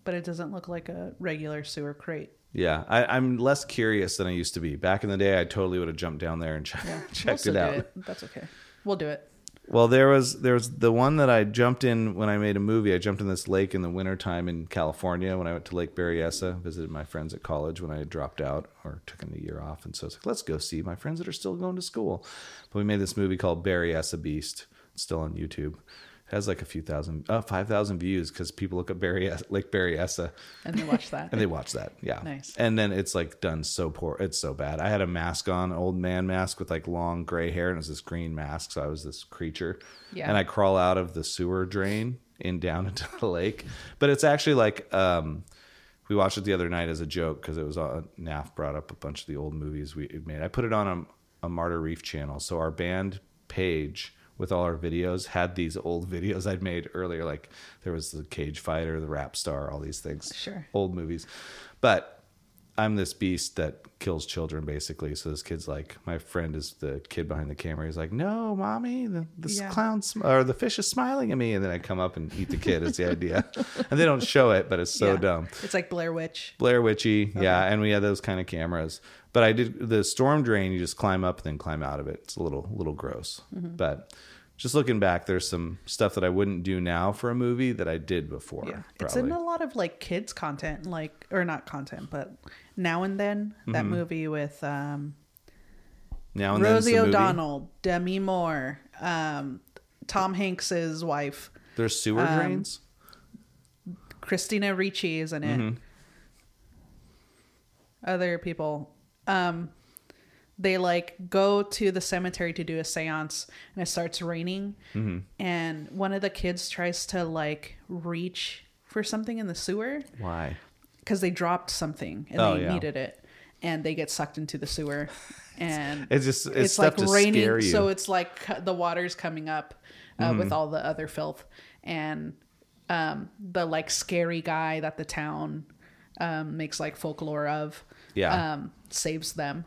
Speaker 3: but it doesn't look like a regular sewer crate.
Speaker 1: Yeah, I, I'm less curious than I used to be. Back in the day, I totally would have jumped down there and che-
Speaker 3: Yeah, we'll
Speaker 1: checked
Speaker 3: still
Speaker 1: it
Speaker 3: do
Speaker 1: out.
Speaker 3: That's okay. We'll do it.
Speaker 1: Well, there was there was the one that I jumped in when I made a movie. I jumped in this lake in the wintertime in California when I went to Lake Berryessa, visited my friends at college when I had dropped out or took a year off, and so it's like let's go see my friends that are still going to school. But we made this movie called Berryessa Beast. It's still on YouTube, has like a few thousand, uh, five thousand views because people look at Barry Es- Lake Berryessa
Speaker 3: and they watch that.
Speaker 1: and they watch that. Yeah,
Speaker 3: Nice.
Speaker 1: And then it's like done so poor, it's so bad. I had a mask on, old man mask with like long gray hair, and it was this green mask, so I was this creature.
Speaker 3: Yeah.
Speaker 1: And I crawl out of the sewer drain and down into the lake, but it's actually like um, we watched it the other night as a joke because it was on NAF brought up a bunch of the old movies we had made. I put it on a, a Martyr Reef channel, so our band page with all our videos had these old videos I'd made earlier. Like there was the Cage Fighter, the Rap Star, all these things.
Speaker 3: Sure.
Speaker 1: Old movies, but I'm this beast that kills children basically. So this kid's like, my friend is the kid behind the camera. He's like, no, mommy, the, this
Speaker 3: Yeah.
Speaker 1: clown sm- or the fish is smiling at me, and then I come up and eat the kid. is the idea, and they don't show it, but it's so
Speaker 3: Yeah.
Speaker 1: dumb.
Speaker 3: It's like Blair Witch.
Speaker 1: Blair Witchy, yeah, and we had those kind of cameras. But I did the storm drain. You just climb up and then climb out of it. It's a little little gross,
Speaker 3: Mm-hmm.
Speaker 1: but just looking back, there's some stuff that I wouldn't do now for a movie that I did before.
Speaker 3: Yeah. It's in a lot of like kids content, like or not content, but now and then that
Speaker 1: Mm-hmm.
Speaker 3: movie with um
Speaker 1: now and then's
Speaker 3: Rosie
Speaker 1: the movie.
Speaker 3: O'Donnell, Demi Moore, um Tom Hanks's wife,
Speaker 1: There's sewer drains.
Speaker 3: Christina Ricci is in it.
Speaker 1: Mm-hmm.
Speaker 3: Other people. Um they like go to the cemetery to do a séance and it starts raining
Speaker 1: Mm-hmm.
Speaker 3: and one of the kids tries to like reach for something in the sewer
Speaker 1: Why?
Speaker 3: because they dropped something and
Speaker 1: Oh,
Speaker 3: they
Speaker 1: yeah.
Speaker 3: needed it and they get sucked into the sewer and
Speaker 1: It's just it's, stuff to scare you. Mm-hmm.
Speaker 3: so it's like cu- the water's coming up uh, with all the other filth and um, the like scary guy that the town um, makes like folklore of
Speaker 1: Yeah.
Speaker 3: um, saves them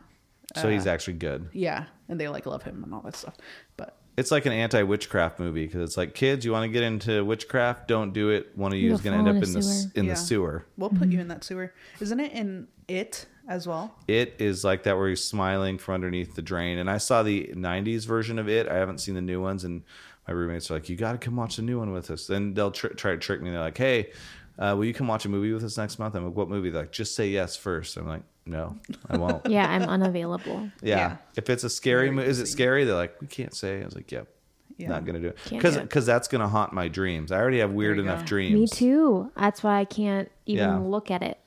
Speaker 1: so he's actually good.
Speaker 3: yeah and they like love him and all that stuff but
Speaker 1: It's like an anti witchcraft movie because it's like kids, you want to get into witchcraft, don't do it. One of you
Speaker 2: You'll
Speaker 1: is going to
Speaker 2: fall
Speaker 1: end up
Speaker 2: in a
Speaker 1: in the s-
Speaker 2: sewer.
Speaker 1: in
Speaker 3: Yeah.
Speaker 1: the sewer.
Speaker 3: we'll put
Speaker 1: Mm-hmm.
Speaker 3: you in that sewer isn't it in it as well
Speaker 1: It is like that where he's smiling from underneath the drain. And I saw the '90s version of it. I haven't seen the new ones, and my roommates are like, "You got to come watch the new one with us." Then they'll tr- try to trick me. They're like, "Hey, uh, will you come watch a movie with us next month?" I'm like, "What movie?" They're like, "Just say yes first. I'm like, "No, I won't."
Speaker 2: Yeah, I'm unavailable.
Speaker 1: Yeah.
Speaker 3: Yeah.
Speaker 1: If it's a scary
Speaker 3: Very
Speaker 1: movie, is it
Speaker 3: interesting.
Speaker 1: scary? They're like, we can't say. I was like, yep.
Speaker 3: Yeah.
Speaker 1: Not gonna do it
Speaker 2: Can't
Speaker 1: because
Speaker 2: do it.
Speaker 1: that's gonna haunt my dreams. I already have weird
Speaker 3: you
Speaker 1: enough
Speaker 3: go.
Speaker 1: dreams.
Speaker 2: Me too. That's why I can't even
Speaker 1: Yeah.
Speaker 2: look at it.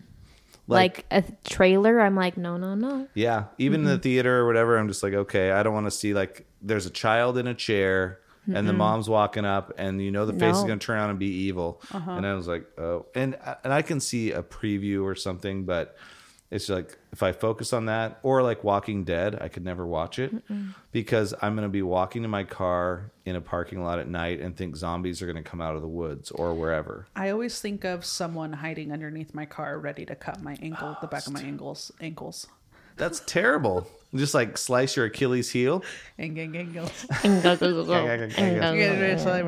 Speaker 1: Like-
Speaker 2: Like, a th- trailer, I'm like, no, no, no.
Speaker 1: Yeah, even in the theater or whatever, I'm just like, okay, I don't want to see like there's a child in a chair and the mom's walking up and you know the face is
Speaker 2: No.
Speaker 1: gonna turn around and be evil. And I was like, oh, and I- and I can see a preview or something, but it's like if I focus on that or like Walking Dead, I could never watch it because I'm gonna be walking to my car in a parking lot at night and think zombies are gonna come out of the woods or wherever.
Speaker 3: I always think of someone hiding underneath my car, ready to cut my ankle, the back of my ankles, ankles,
Speaker 1: That's terrible. Just like slice your Achilles heel.
Speaker 3: and gang, gang, ankles.
Speaker 1: Oh, Okay,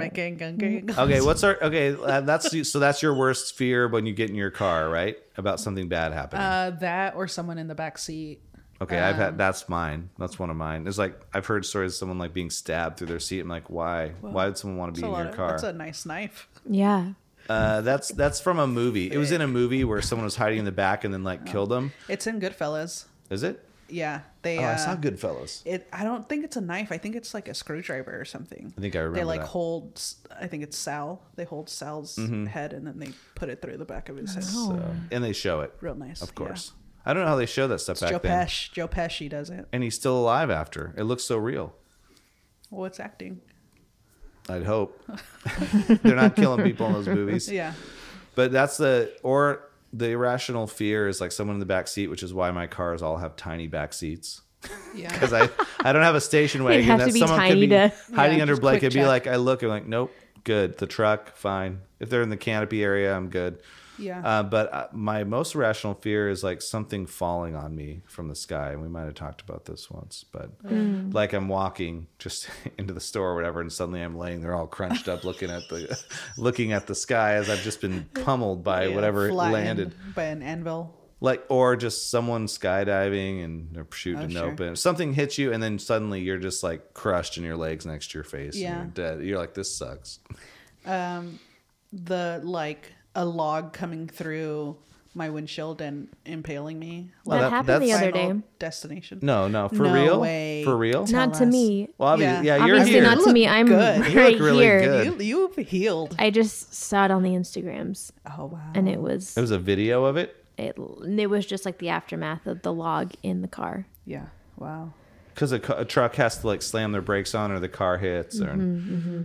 Speaker 3: my gang, gang, gang.
Speaker 1: Okay, what's our okay? Uh, that's so that's your worst fear when you get in your car, right? About something bad happening.
Speaker 3: Uh, um, that or someone in the back seat.
Speaker 1: okay, I've had that's mine. That's one of mine. It's like I've heard stories of someone like being stabbed through their seat. I'm like, why? why would someone want to
Speaker 3: That's
Speaker 1: be
Speaker 3: a
Speaker 1: in
Speaker 3: lot.
Speaker 1: your
Speaker 3: Of,
Speaker 1: car?
Speaker 3: that's a nice knife.
Speaker 2: Yeah.
Speaker 1: uh, that's that's from a movie. It was in a movie where someone was hiding in the back and then like
Speaker 3: Oh.
Speaker 1: killed them.
Speaker 3: It's in Goodfellas.
Speaker 1: Is it?
Speaker 3: Yeah, they.
Speaker 1: Oh,
Speaker 3: uh,
Speaker 1: I saw Goodfellas.
Speaker 3: It. I don't think it's a knife. I think it's like a screwdriver or something.
Speaker 1: I think I remember
Speaker 3: They like
Speaker 1: that. Mm-hmm.
Speaker 3: hold. s- I think it's Sal. They hold Sal's head and then they put it through the back of his head.
Speaker 1: So, and they show it,
Speaker 3: Real
Speaker 1: Oh.
Speaker 3: nice.
Speaker 1: of
Speaker 3: yeah.
Speaker 1: course. I don't know how they show that stuff
Speaker 3: It's
Speaker 1: back
Speaker 3: Joe
Speaker 1: then.
Speaker 3: Pesci. Joe Pesci does it.
Speaker 1: And he's still alive after. It looks so real.
Speaker 3: Well, it's acting.
Speaker 1: I'd hope they're not killing people in those movies.
Speaker 3: Yeah.
Speaker 1: But that's the or the irrational fear is like someone in the back seat, which is why my cars all have tiny back seats.
Speaker 3: Yeah.
Speaker 1: Because I, I don't have a station wagon
Speaker 2: have
Speaker 1: that
Speaker 2: to be
Speaker 1: someone could
Speaker 2: tiny
Speaker 1: be
Speaker 2: to-
Speaker 1: hiding
Speaker 3: Yeah,
Speaker 1: under
Speaker 3: just
Speaker 1: blanket.
Speaker 3: quick
Speaker 1: It'd be like
Speaker 3: check.
Speaker 1: I look, I'm like, nope, good. The truck, fine. If they're in the canopy area, I'm good.
Speaker 3: Yeah.
Speaker 1: Uh, but uh, my most irrational fear is like something falling on me from the sky. And we might have talked about this once, but
Speaker 2: Mm.
Speaker 1: like I'm walking just into the store or whatever, and suddenly I'm laying there all crunched up, looking at the looking at the sky as I've just been pummeled by
Speaker 3: Yeah,
Speaker 1: uh, whatever
Speaker 3: flying
Speaker 1: landed,
Speaker 3: by an anvil.
Speaker 1: like or just someone skydiving and they're shooting
Speaker 3: Oh,
Speaker 1: an
Speaker 3: sure.
Speaker 1: open. Something hits you, and then suddenly you're just like crushed, and your legs next to your face,
Speaker 3: Yeah.
Speaker 1: and you're dead. You're like, this sucks.
Speaker 3: The like a log coming through my windshield and impaling me.
Speaker 2: That,
Speaker 1: that-
Speaker 2: happened the
Speaker 1: that's-
Speaker 2: other
Speaker 3: Final
Speaker 2: day.
Speaker 3: Destination.
Speaker 1: No, no, for
Speaker 3: No
Speaker 1: real,
Speaker 3: way.
Speaker 1: for real.
Speaker 3: tell
Speaker 2: Not to
Speaker 3: us.
Speaker 2: me.
Speaker 1: Well, obvi-
Speaker 3: Yeah.
Speaker 1: yeah, you're
Speaker 2: Obviously
Speaker 1: here.
Speaker 2: not to me.
Speaker 3: You look
Speaker 2: I'm
Speaker 3: good.
Speaker 1: You look
Speaker 2: right
Speaker 1: really
Speaker 2: here.
Speaker 1: good.
Speaker 3: You, you've healed.
Speaker 2: I just saw it on the Instagrams,
Speaker 3: Oh wow.
Speaker 2: and it was
Speaker 1: There was a video of it
Speaker 2: it, it was just like the aftermath of the log in the car.
Speaker 3: yeah. Wow.
Speaker 1: because a, ca- a truck has to like slam their brakes on or the car hits or.
Speaker 2: Mm-hmm,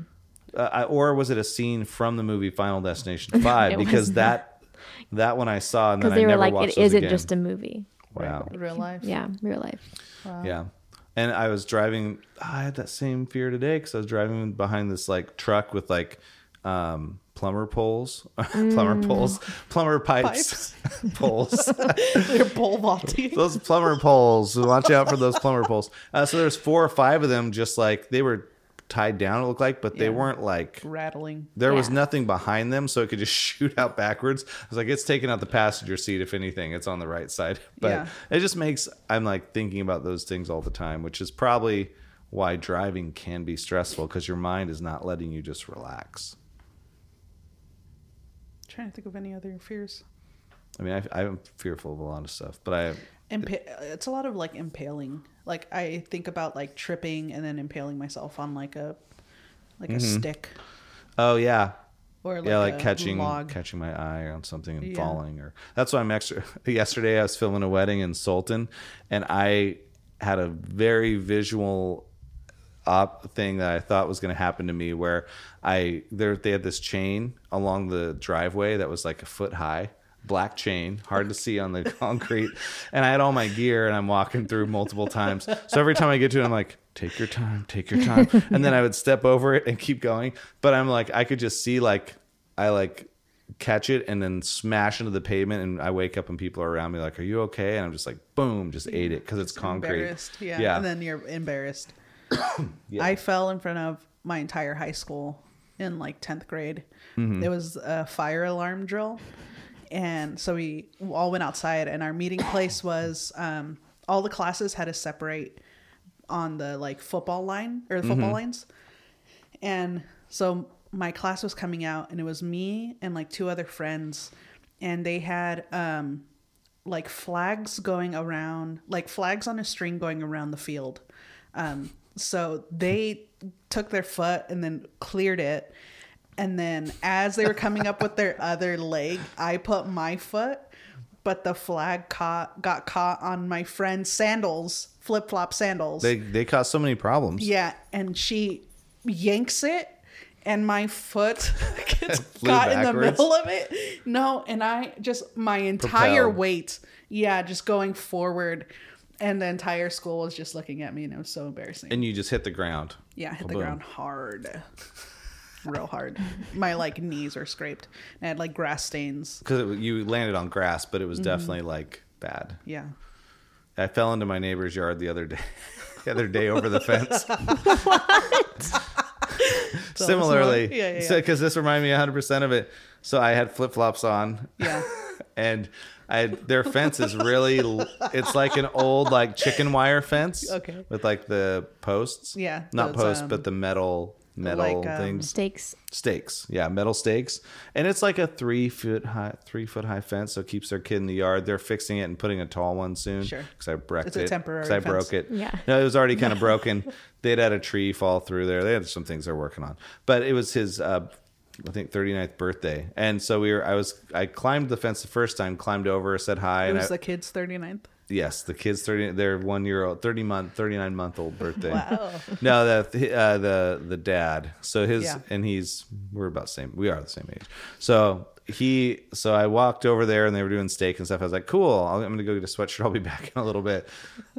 Speaker 1: Uh, I- or was it a scene from the movie Final Destination Five?
Speaker 2: It
Speaker 1: because
Speaker 2: was
Speaker 1: that that one I saw and then
Speaker 2: Because
Speaker 1: I
Speaker 2: they were
Speaker 1: never
Speaker 2: like,
Speaker 1: watched
Speaker 2: it
Speaker 1: those
Speaker 2: isn't
Speaker 1: again.
Speaker 2: just a movie.
Speaker 1: wow.
Speaker 3: Real life.
Speaker 2: Yeah, real life.
Speaker 1: Yeah. And I was driving. I had that same fear today because I was driving behind this like truck with like um, plumber poles,
Speaker 2: Mm.
Speaker 1: plumber poles, plumber pipes, poles.
Speaker 3: They're pole vaulting.
Speaker 1: those plumber poles. Watch out for those plumber poles. Uh, so there's four or five of them. Just like they were tied down. It looked like, but they
Speaker 3: Yeah.
Speaker 1: weren't like.
Speaker 3: Rattling.
Speaker 1: There was
Speaker 2: Yeah.
Speaker 1: nothing behind them, so it could just shoot out backwards. I was like, it's taking out the passenger seat, if anything. It's on the right side. But
Speaker 3: Yeah.
Speaker 1: it just makes, I'm like thinking about those things all the time, which is probably why driving can be stressful because your mind is not letting you just relax.
Speaker 3: trying to think of any other fears.
Speaker 1: I mean, I, I'm fearful of a lot of stuff, but I,
Speaker 3: Impa- uh, it's a lot of like impaling. Like I think about like tripping and then impaling myself on like a like
Speaker 1: Mm-hmm.
Speaker 3: a stick
Speaker 1: oh, yeah.
Speaker 3: or like,
Speaker 1: yeah, like
Speaker 3: a
Speaker 1: catching
Speaker 3: log.
Speaker 1: catching my eye on something and
Speaker 3: Yeah.
Speaker 1: falling, or that's why I'm extra. Yesterday, I was filming a wedding in Sultan, and I had a very visual op thing that I thought was going to happen to me, where I there they had this chain along the driveway that was like a foot high. Black chain, hard to see on the concrete. And I had all my gear and I'm walking through multiple times. So every time I get to it, I'm like, take your time, take your time. And then I would step over it and keep going. But I'm like, I could just see like I like catch it and then smash into the pavement and I wake up and people are around me like, "Are you okay?" And I'm just like, "Boom!" Just ate it because it's concrete.
Speaker 3: Embarrassed. Yeah.
Speaker 1: yeah.
Speaker 3: And then you're embarrassed.
Speaker 1: Yeah.
Speaker 3: I fell in front of my entire high school in like 10th grade.
Speaker 1: Mm-hmm.
Speaker 3: It was a fire alarm drill. And so we all went outside, and our meeting place was um, all the classes had to separate on the like football line or the football
Speaker 1: Mm-hmm.
Speaker 3: lines. And so my class was coming out, and it was me and like two other friends, and they had um, like flags going around, like flags on a string going around the field. Um, so they took their foot and then cleared it. And then as they were coming up with their other leg, I put my foot, but the flag caught, got caught on my friend's sandals, flip flop sandals.
Speaker 1: they they cause so many problems.
Speaker 3: Yeah, and she yanks it, and my foot gets
Speaker 1: Flew
Speaker 3: caught in the
Speaker 1: backwards.
Speaker 3: middle of it. No, and I just my entire
Speaker 1: Propelled.
Speaker 3: weight, yeah, just going forward, and the entire school was just looking at me, and it was so embarrassing.
Speaker 1: And Oh, you just hit the ground.
Speaker 3: yeah, I hit the
Speaker 1: Boom.
Speaker 3: ground hard, real hard. my like knees are scraped, and I had like grass stains.
Speaker 1: because you landed on grass, but it
Speaker 3: Mm-hmm.
Speaker 1: was definitely like bad.
Speaker 3: Yeah,
Speaker 1: I fell into my neighbor's yard the other day. The other day over the fence. Similarly,
Speaker 3: Tell us more. Yeah, yeah, yeah.
Speaker 1: because this reminded me 100 percent of it. So I had flip flops on,
Speaker 3: Yeah.
Speaker 1: and I their fence is really l- it's like an old like chicken wire fence,
Speaker 3: Okay.
Speaker 1: with like the posts,
Speaker 3: Yeah,
Speaker 1: not
Speaker 3: those,
Speaker 1: posts,
Speaker 3: um,
Speaker 1: but the metal metal
Speaker 3: like, um,
Speaker 1: things
Speaker 2: Stakes.
Speaker 1: stakes yeah metal stakes and it's like a three foot high three foot high fence so it keeps their kid in the yard they're fixing it and putting a tall one soon
Speaker 3: Sure.
Speaker 1: because i wrecked
Speaker 3: It's a
Speaker 1: it
Speaker 3: temporary
Speaker 1: 'cause i
Speaker 3: fence.
Speaker 1: broke it
Speaker 2: Yeah.
Speaker 1: no it was already kind of broken they'd had a tree fall through there they had some things they're working on but it was his uh I think 39th birthday. And so we were, I was, I climbed the fence the first time, climbed over, said hi.
Speaker 3: it
Speaker 1: and I,
Speaker 3: was the kid's 39th.
Speaker 1: Yes, the kid's thirty. Their one year old, thirty month, thirty nine month old birthday.
Speaker 3: Wow.
Speaker 1: No, the uh, the the dad. So his
Speaker 3: Yeah.
Speaker 1: and he's we're about the same. We are the same age. So he. So I walked over there and they were doing steak and stuff. I was like, cool. I'll- I'm gonna go get a sweatshirt. I'll be back in a little bit.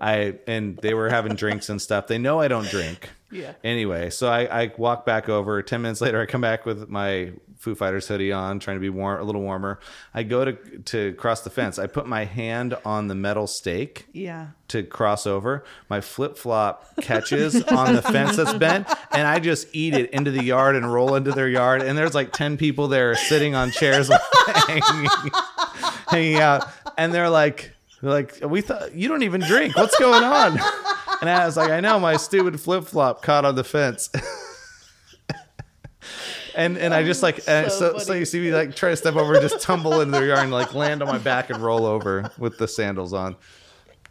Speaker 1: I and they were having drinks and stuff. They know I don't drink.
Speaker 3: Yeah.
Speaker 1: Anyway, so I, I walk back over. Ten minutes later, I come back with my Foo Fighters hoodie on, trying to be warm, a little warmer. I go to to cross the fence. I put my hand on the metal stake
Speaker 3: Yeah,
Speaker 1: to cross over. My flip flop catches on the fence that's bent, and I just eat it into the yard and roll into their yard. And there's like 10 people there sitting on chairs hanging, hanging out. And they're like, they're like, we thought you don't even drink. What's going on? And I was like, I know my stupid flip flop caught on the fence. And and I just like and so
Speaker 3: so
Speaker 1: so,
Speaker 3: funny.
Speaker 1: you see me like try to step over and just tumble into the yard and like land on my back and roll over with the sandals on.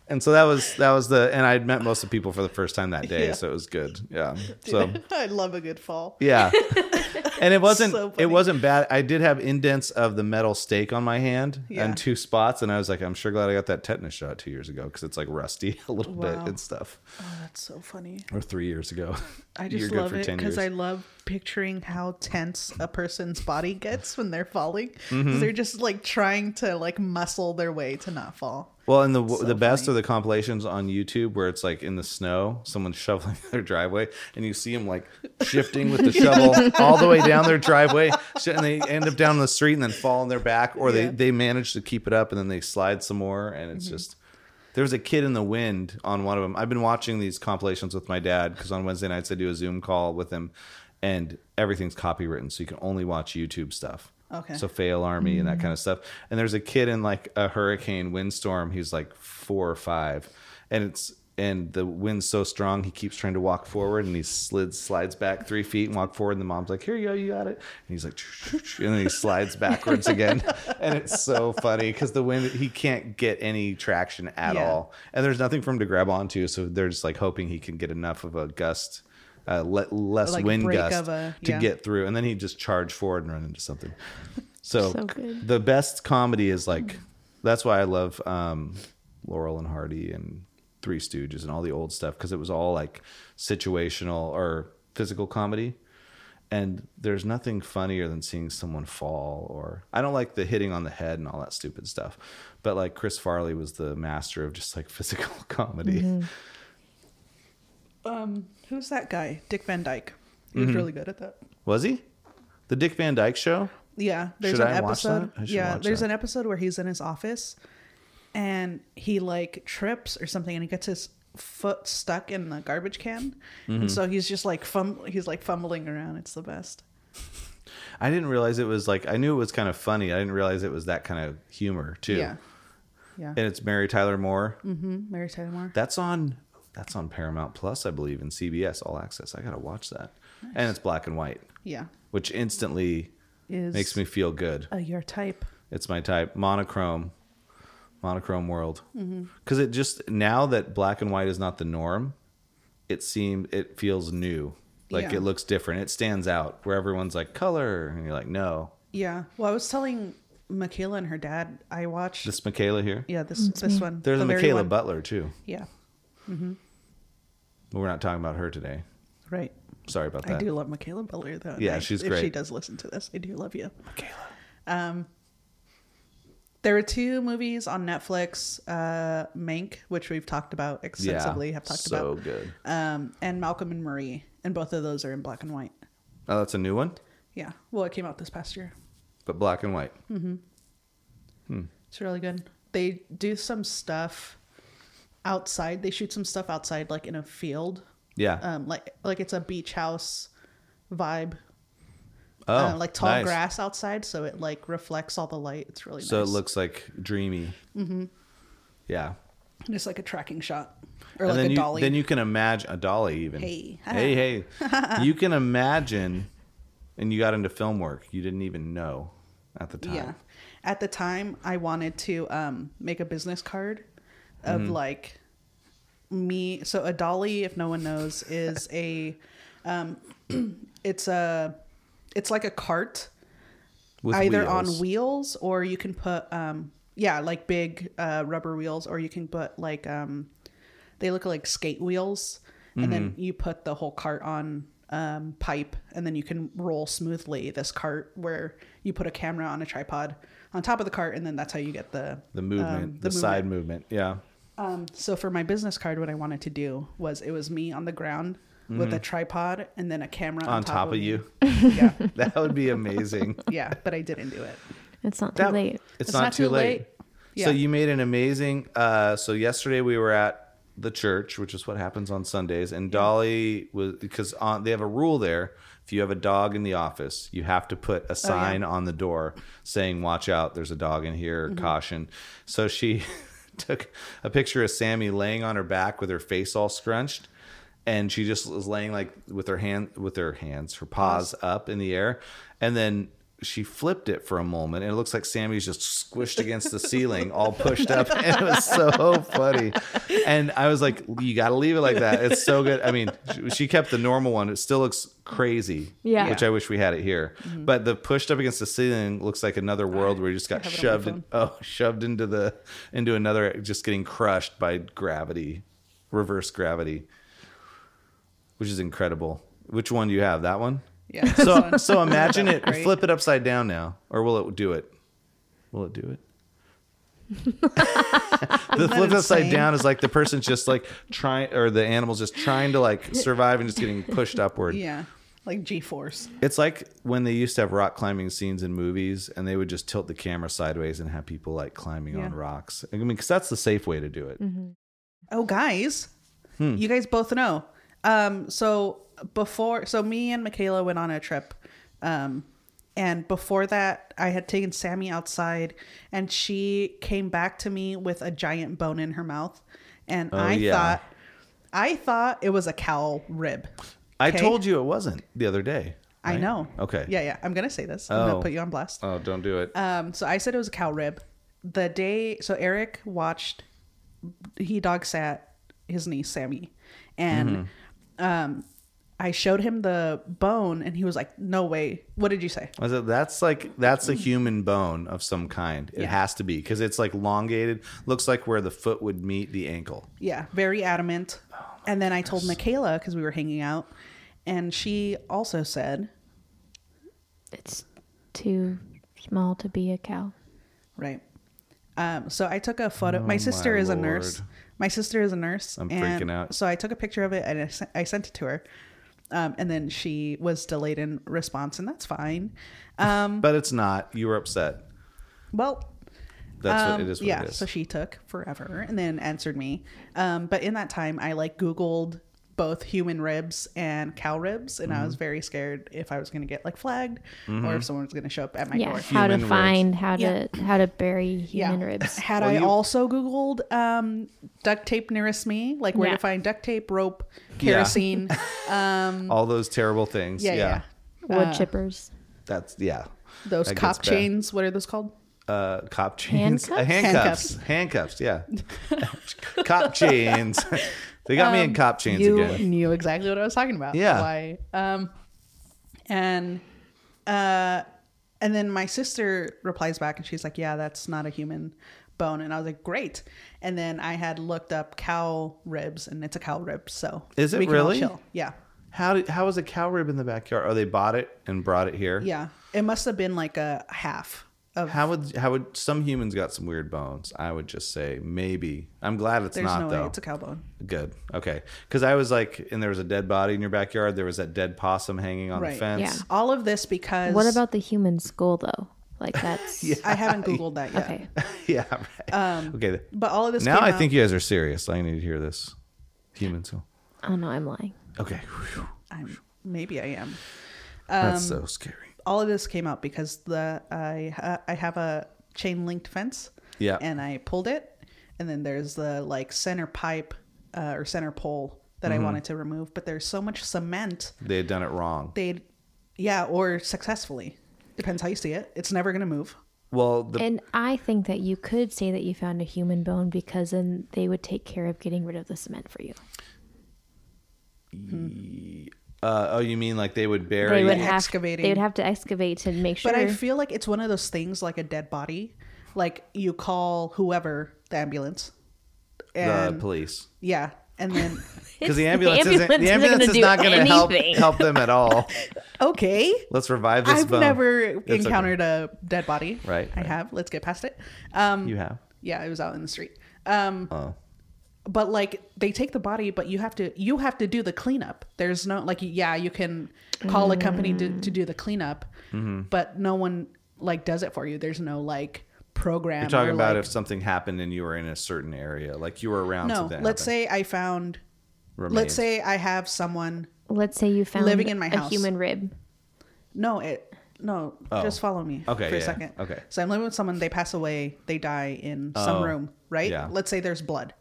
Speaker 1: And so that was that was the and I'd met most of the people for the first time that day,
Speaker 3: Yeah.
Speaker 1: so it was good. Yeah. So
Speaker 3: I love a good fall.
Speaker 1: yeah. And it wasn't
Speaker 3: So funny.
Speaker 1: it wasn't bad. I did have indents of the metal stake on my hand
Speaker 3: Yeah.
Speaker 1: and two spots, and I was like, I'm sure glad I got that tetanus shot two years ago because it's like rusty a little
Speaker 3: Wow.
Speaker 1: bit and stuff.
Speaker 3: Oh, that's so funny.
Speaker 1: Or three years ago.
Speaker 3: I
Speaker 1: You're
Speaker 3: just
Speaker 1: good
Speaker 3: love
Speaker 1: for
Speaker 3: it
Speaker 1: 10
Speaker 3: because
Speaker 1: years.
Speaker 3: I love picturing how tense a person's body gets when they're falling.
Speaker 1: Mm-hmm.
Speaker 3: 'Cause They're just like trying to like muscle their way to not fall.
Speaker 1: Well, and the the best are the compilations on YouTube where it's like in the snow, someone's shoveling their driveway, and you see them like shifting with the shovel all the way down their driveway, so- and they end up down the street and then fall on their back, or they
Speaker 3: Yeah. Mm-hmm.
Speaker 1: they manage to keep it up and then they slide some more, and it's just. There was a kid in the wind on one of them. I've been watching these compilations with my dad because on Wednesday nights I do a Zoom call with him, and everything's copywritten, so you can only watch YouTube stuff.
Speaker 3: Okay.
Speaker 1: So fail army and
Speaker 3: Mm-hmm.
Speaker 1: that kind of stuff. And there's a kid in like a hurricane windstorm. He's like four or five, and it's and the wind's so strong he keeps trying to walk forward and he slid slides back three feet and walk forward and the mom's like here you go you got it and he's like and then he slides backwards again and it's so funny because the wind he can't get any traction at
Speaker 3: Yeah.
Speaker 1: all and there's nothing for him to grab onto so they're just like hoping he can get enough of a gust uh, le- less
Speaker 3: Like
Speaker 1: wind
Speaker 3: break
Speaker 1: gust
Speaker 3: of a-
Speaker 1: to
Speaker 3: yeah.
Speaker 1: get through and then he just charge forward and run into something so,
Speaker 2: So good.
Speaker 1: the best comedy is like that's why i love um laurel and hardy and three stooges and all the old stuff because it was all like situational or physical comedy and there's nothing funnier than seeing someone fall or i don't like the hitting on the head and all that stupid stuff but like chris farley was the master of just like physical comedy
Speaker 3: Who's that guy? Dick Van Dyke. He
Speaker 1: Mm-hmm.
Speaker 3: was really good at that.
Speaker 1: was he the dick van dyke show
Speaker 3: Yeah, there's
Speaker 1: Should
Speaker 3: an
Speaker 1: I watch that?
Speaker 3: episode.
Speaker 1: I should
Speaker 3: Yeah,
Speaker 1: watch
Speaker 3: there's
Speaker 1: that.
Speaker 3: an episode where he's in his office and he like trips or something and he gets his foot stuck in the garbage can.
Speaker 1: Mm-hmm.
Speaker 3: And so he's just like fum- he's like fumbling around. It's the best.
Speaker 1: i didn't realize it was like i knew it was kind of funny i didn't realize it was that kind of humor too
Speaker 3: Yeah. Yeah.
Speaker 1: and it's Mary Tyler Moore.
Speaker 3: Mhm. Mary Tyler Moore.
Speaker 1: That's on that's on Paramount Plus, I believe, and CBS All Access. I gotta watch that, and it's black and white,
Speaker 3: Yeah.
Speaker 1: which instantly
Speaker 3: Is
Speaker 1: makes me feel good.
Speaker 3: uh, your type.
Speaker 1: It's my type. Monochrome, monochrome world,
Speaker 3: Mm-hmm.
Speaker 1: because it just now that black and white is not the norm, it seems it feels new. Like
Speaker 3: Yeah.
Speaker 1: it looks different. It stands out where everyone's like color, and you're like, no,
Speaker 3: Yeah. Well, I was telling Michaela and her dad I watched
Speaker 1: this Michaela here.
Speaker 3: yeah, this this one.
Speaker 1: There's
Speaker 3: the
Speaker 1: a
Speaker 3: very
Speaker 1: Michaela
Speaker 3: one.
Speaker 1: Butler too.
Speaker 3: Yeah.
Speaker 1: But We're not talking about her today.
Speaker 3: Right.
Speaker 1: Sorry about that.
Speaker 3: I do love Michaela Butler though. and
Speaker 1: Yeah,
Speaker 3: I-
Speaker 1: she's
Speaker 3: if she
Speaker 1: great.
Speaker 3: does listen to this, I do love you. Michaela. Um there are two movies on Netflix, uh Mank, which we've talked about extensively, have talked
Speaker 1: so
Speaker 3: about.
Speaker 1: good.
Speaker 3: Um and Malcolm and Marie. And both of those are in black and white.
Speaker 1: Oh, that's a new one,
Speaker 3: Yeah. Well it came out this past year.
Speaker 1: but black and white.
Speaker 3: Hmm. It's really good. They do some stuff outside. They shoot some stuff outside, like in a field.
Speaker 1: Yeah.
Speaker 3: Um, like like it's a beach house vibe.
Speaker 1: oh,
Speaker 3: uh, like tall
Speaker 1: nice.
Speaker 3: grass outside, so it like reflects all the light. It's really
Speaker 1: So
Speaker 3: nice.
Speaker 1: it looks like dreamy. Mm-hmm. Yeah.
Speaker 3: just like a tracking shot or
Speaker 1: and
Speaker 3: like
Speaker 1: then
Speaker 3: a
Speaker 1: you
Speaker 3: dolly.
Speaker 1: then you can imagine a dolly even.
Speaker 3: Hey.
Speaker 1: hey, hey. you can imagine, and you got into film work. You didn't even know at the time.
Speaker 3: yeah. At the time, I wanted to um, make a business card of
Speaker 1: Mm-hmm.
Speaker 3: like me. So a dolly, if no one knows, is a um, it's a it's like a cart.
Speaker 1: With
Speaker 3: either
Speaker 1: wheels.
Speaker 3: on wheels or you can put um yeah like big uh rubber wheels or you can put like um they look like skate wheels and then
Speaker 1: Mm-hmm.
Speaker 3: you put the whole cart on um pipe and then you can roll smoothly this cart where you put a camera on a tripod on top of the cart and then that's how you get the
Speaker 1: the movement,
Speaker 3: um,
Speaker 1: the, side movement. Yeah.
Speaker 3: um, so for my business card, what I wanted to do was it was me on the ground with a tripod and then a camera on,
Speaker 1: Mm-hmm. On top of you.
Speaker 3: Yeah,
Speaker 1: That would be amazing.
Speaker 3: yeah, but I didn't do it.
Speaker 2: It's not too
Speaker 1: That-
Speaker 2: late.
Speaker 1: It's, not, too late.
Speaker 3: Yeah.
Speaker 1: So you made an amazing. Uh, so yesterday we were at the church, which is what happens on Sundays, and Dolly was because on they have a rule there. If you have a dog in the office, you have to put a sign on the door saying "Watch out, there's a dog in here," caution. So she took a picture of Sammy laying on her back with her face all scrunched. and she just was laying like with her hand with her hands her paws up in the air and then she flipped it for a moment and it looks like sammy's just squished against the ceiling all pushed up and it was so funny and i was like you gotta leave it like that it's so good i mean she- she kept the normal one it still looks crazy
Speaker 2: Yeah.
Speaker 1: which i wish we had it here
Speaker 3: Mm-hmm.
Speaker 1: but the pushed up against the ceiling looks like another world where you just got
Speaker 3: have it on my
Speaker 1: shoved in, oh shoved into the into another just getting crushed by gravity reverse gravity which is incredible. Which one do you have? That one?
Speaker 3: Yeah. this
Speaker 1: So
Speaker 3: one.
Speaker 1: so imagine it
Speaker 3: Great.
Speaker 1: flip it upside down now. Or will it do it? Will it do it? the
Speaker 3: that
Speaker 1: flip upside
Speaker 3: insane?
Speaker 1: down is like the person's just like trying or the animal's just trying to like survive and just getting pushed upward.
Speaker 3: Yeah. Like G force.
Speaker 1: It's like when they used to have rock climbing scenes in movies and they would just tilt the camera sideways and have people like climbing on
Speaker 3: Yeah.
Speaker 1: rocks. I mean, because that's the safe way to do it.
Speaker 3: Oh, guys,
Speaker 1: Hmm.
Speaker 3: you guys both know. Um, so before, so me and Michaela went on a trip, um, and before that, I had taken Sammy outside, and she came back to me with a giant bone in her mouth, and I
Speaker 1: Oh, yeah.
Speaker 3: thought, I thought it was a cow rib.
Speaker 1: I
Speaker 3: Okay.
Speaker 1: told you it wasn't the other day.
Speaker 3: I
Speaker 1: right?
Speaker 3: know.
Speaker 1: Okay.
Speaker 3: Yeah, yeah. I'm gonna say this. I'm
Speaker 1: Oh.
Speaker 3: gonna put you on blast.
Speaker 1: Oh, don't do it.
Speaker 3: Um, so I said it was a cow rib. The day, so Eric watched, he dog sat his niece Sammy, and um, I showed him the bone, and he was like, "No way! What did you say?"
Speaker 1: I said, that's like that's a human bone of some kind. It
Speaker 3: Mm. Yeah.
Speaker 1: has to be because it's like elongated. Looks like where the foot would meet the ankle.
Speaker 3: Yeah, very adamant. and then I told Michaela because we were hanging out, and she also said,
Speaker 2: It's too small to be a cow.
Speaker 3: "Right." Um, so I took a photo. my sister
Speaker 1: Oh my
Speaker 3: is a nurse.
Speaker 1: lord.
Speaker 3: My sister is a nurse.
Speaker 1: I'm
Speaker 3: and
Speaker 1: freaking out.
Speaker 3: So I took a picture of it and I sent, I sent it to her. Um, and then she was delayed in response, and that's fine. Um,
Speaker 1: But it's not. You were upset.
Speaker 3: well,
Speaker 1: That's
Speaker 3: um,
Speaker 1: what it is. What
Speaker 3: yeah.
Speaker 1: it is.
Speaker 3: So she took forever and then answered me. Um, but in that time, I like Googled both human ribs and cow ribs, and
Speaker 1: Mm-hmm.
Speaker 3: I was very scared if I was going to get like flagged or if someone was going to show up at my
Speaker 2: yeah,
Speaker 3: door.
Speaker 2: how to
Speaker 1: Human ribs.
Speaker 2: find how to how to bury human ribs.
Speaker 3: Had
Speaker 1: Well,
Speaker 3: I
Speaker 1: you-
Speaker 3: also Googled um, duct tape nearest me, like where
Speaker 2: Yeah.
Speaker 3: to find duct tape, rope,
Speaker 1: Yeah.
Speaker 3: kerosene. um,
Speaker 1: All those terrible things.
Speaker 3: yeah,
Speaker 1: Yeah.
Speaker 3: yeah, Uh,
Speaker 2: Wood chippers.
Speaker 1: That's yeah.
Speaker 3: Those
Speaker 1: That
Speaker 3: cop
Speaker 1: gets bad.
Speaker 3: chains. What are those called?
Speaker 1: Uh, cop chains. Uh,
Speaker 3: Handcuffs?
Speaker 1: handcuffs. Handcuffs. Yeah. cop chains. they got me in cop chains
Speaker 3: Um, you
Speaker 1: again.
Speaker 3: knew exactly what I was talking about.
Speaker 1: Yeah.
Speaker 3: Why? Um, and uh, and then my sister replies back, and she's like, "Yeah, that's not a human bone." And I was like, "Great." And then I had looked up cow ribs, and it's a cow rib. So
Speaker 1: Is it
Speaker 3: we can all
Speaker 1: really?
Speaker 3: chill. Yeah,
Speaker 1: How did, how was a cow rib in the backyard? Oh, they bought it and brought it here.
Speaker 3: yeah. It must have been like a half of.
Speaker 1: How would how would some humans got some weird bones? I would just say maybe. I'm glad it's
Speaker 3: There's
Speaker 1: not
Speaker 3: no
Speaker 1: though.
Speaker 3: way it's a cow bone.
Speaker 1: Good. Okay. Because I was like, and there was a dead body in your backyard. There was that dead possum hanging on
Speaker 3: Right.
Speaker 1: the fence.
Speaker 2: Yeah.
Speaker 3: All of this because
Speaker 2: What about the human skull though? Like that's
Speaker 3: I haven't googled that yet.
Speaker 2: okay.
Speaker 1: Yeah. right. okay. th-
Speaker 3: But all of Um, this
Speaker 1: Now
Speaker 3: came
Speaker 1: I
Speaker 3: out-
Speaker 1: think you guys are serious. I need to hear this. Human soul.
Speaker 2: Oh no, I'm lying.
Speaker 1: Okay. Whew.
Speaker 3: I'm, maybe I am.
Speaker 1: That's
Speaker 3: Um,
Speaker 1: so scary.
Speaker 3: all of this came out because the I ha- I have a chain linked fence.
Speaker 1: Yeah.
Speaker 3: And I pulled it, and then there's the like center pipe uh, or center pole that
Speaker 1: Mm-hmm.
Speaker 3: I wanted to remove, but there's so much cement
Speaker 1: They had done it wrong.
Speaker 3: they, yeah, or successfully depends how you see it. It's never gonna move.
Speaker 1: Well, the,
Speaker 2: And I think that you could say that you found a human bone because then they would take care of getting rid of the cement for you.
Speaker 1: uh, oh, you mean like they would bury
Speaker 2: They would
Speaker 1: it?
Speaker 2: have
Speaker 3: excavating.
Speaker 2: they would have to excavate to make sure.
Speaker 3: But I feel like it's one of those things like a dead body, like you call whoever the ambulance,
Speaker 1: the
Speaker 3: and
Speaker 1: police?
Speaker 3: yeah, and then
Speaker 1: Because
Speaker 2: It's-
Speaker 1: the ambulance, isn't, the ambulance is
Speaker 2: gonna
Speaker 1: not going to help
Speaker 2: anything.
Speaker 1: help them at all.
Speaker 3: okay,
Speaker 1: Let's revive this
Speaker 3: I've
Speaker 1: bone.
Speaker 3: never
Speaker 1: It's okay.
Speaker 3: encountered a dead body.
Speaker 1: Right,
Speaker 3: I
Speaker 1: right.
Speaker 3: have. Let's get past it. Um,
Speaker 1: You have.
Speaker 3: yeah, it was out in the street. Um,
Speaker 1: Oh.
Speaker 3: but like they take the body, but you have to you have to do the cleanup. There's no like yeah, you can call a company to, to do the cleanup,
Speaker 1: Mm-hmm.
Speaker 3: but no one like does it for you. There's no like program.
Speaker 1: You're talking
Speaker 3: or,
Speaker 1: about
Speaker 3: like-
Speaker 1: if something happened and you were in a certain area, like you were around.
Speaker 3: no.
Speaker 1: something
Speaker 3: Let's
Speaker 1: happened.
Speaker 3: say I found.
Speaker 1: Remains.
Speaker 3: Let's say I have someone.
Speaker 2: Let's say you found
Speaker 3: Living in my
Speaker 2: a
Speaker 3: house.
Speaker 2: human rib.
Speaker 3: No, it no.
Speaker 1: Oh.
Speaker 3: Just follow me.
Speaker 1: Okay,
Speaker 3: for a
Speaker 1: yeah,
Speaker 3: second.
Speaker 1: okay.
Speaker 3: So I'm living with someone. They pass away. They die in some
Speaker 1: Oh,
Speaker 3: room, right?
Speaker 1: yeah.
Speaker 3: Let's say there's blood.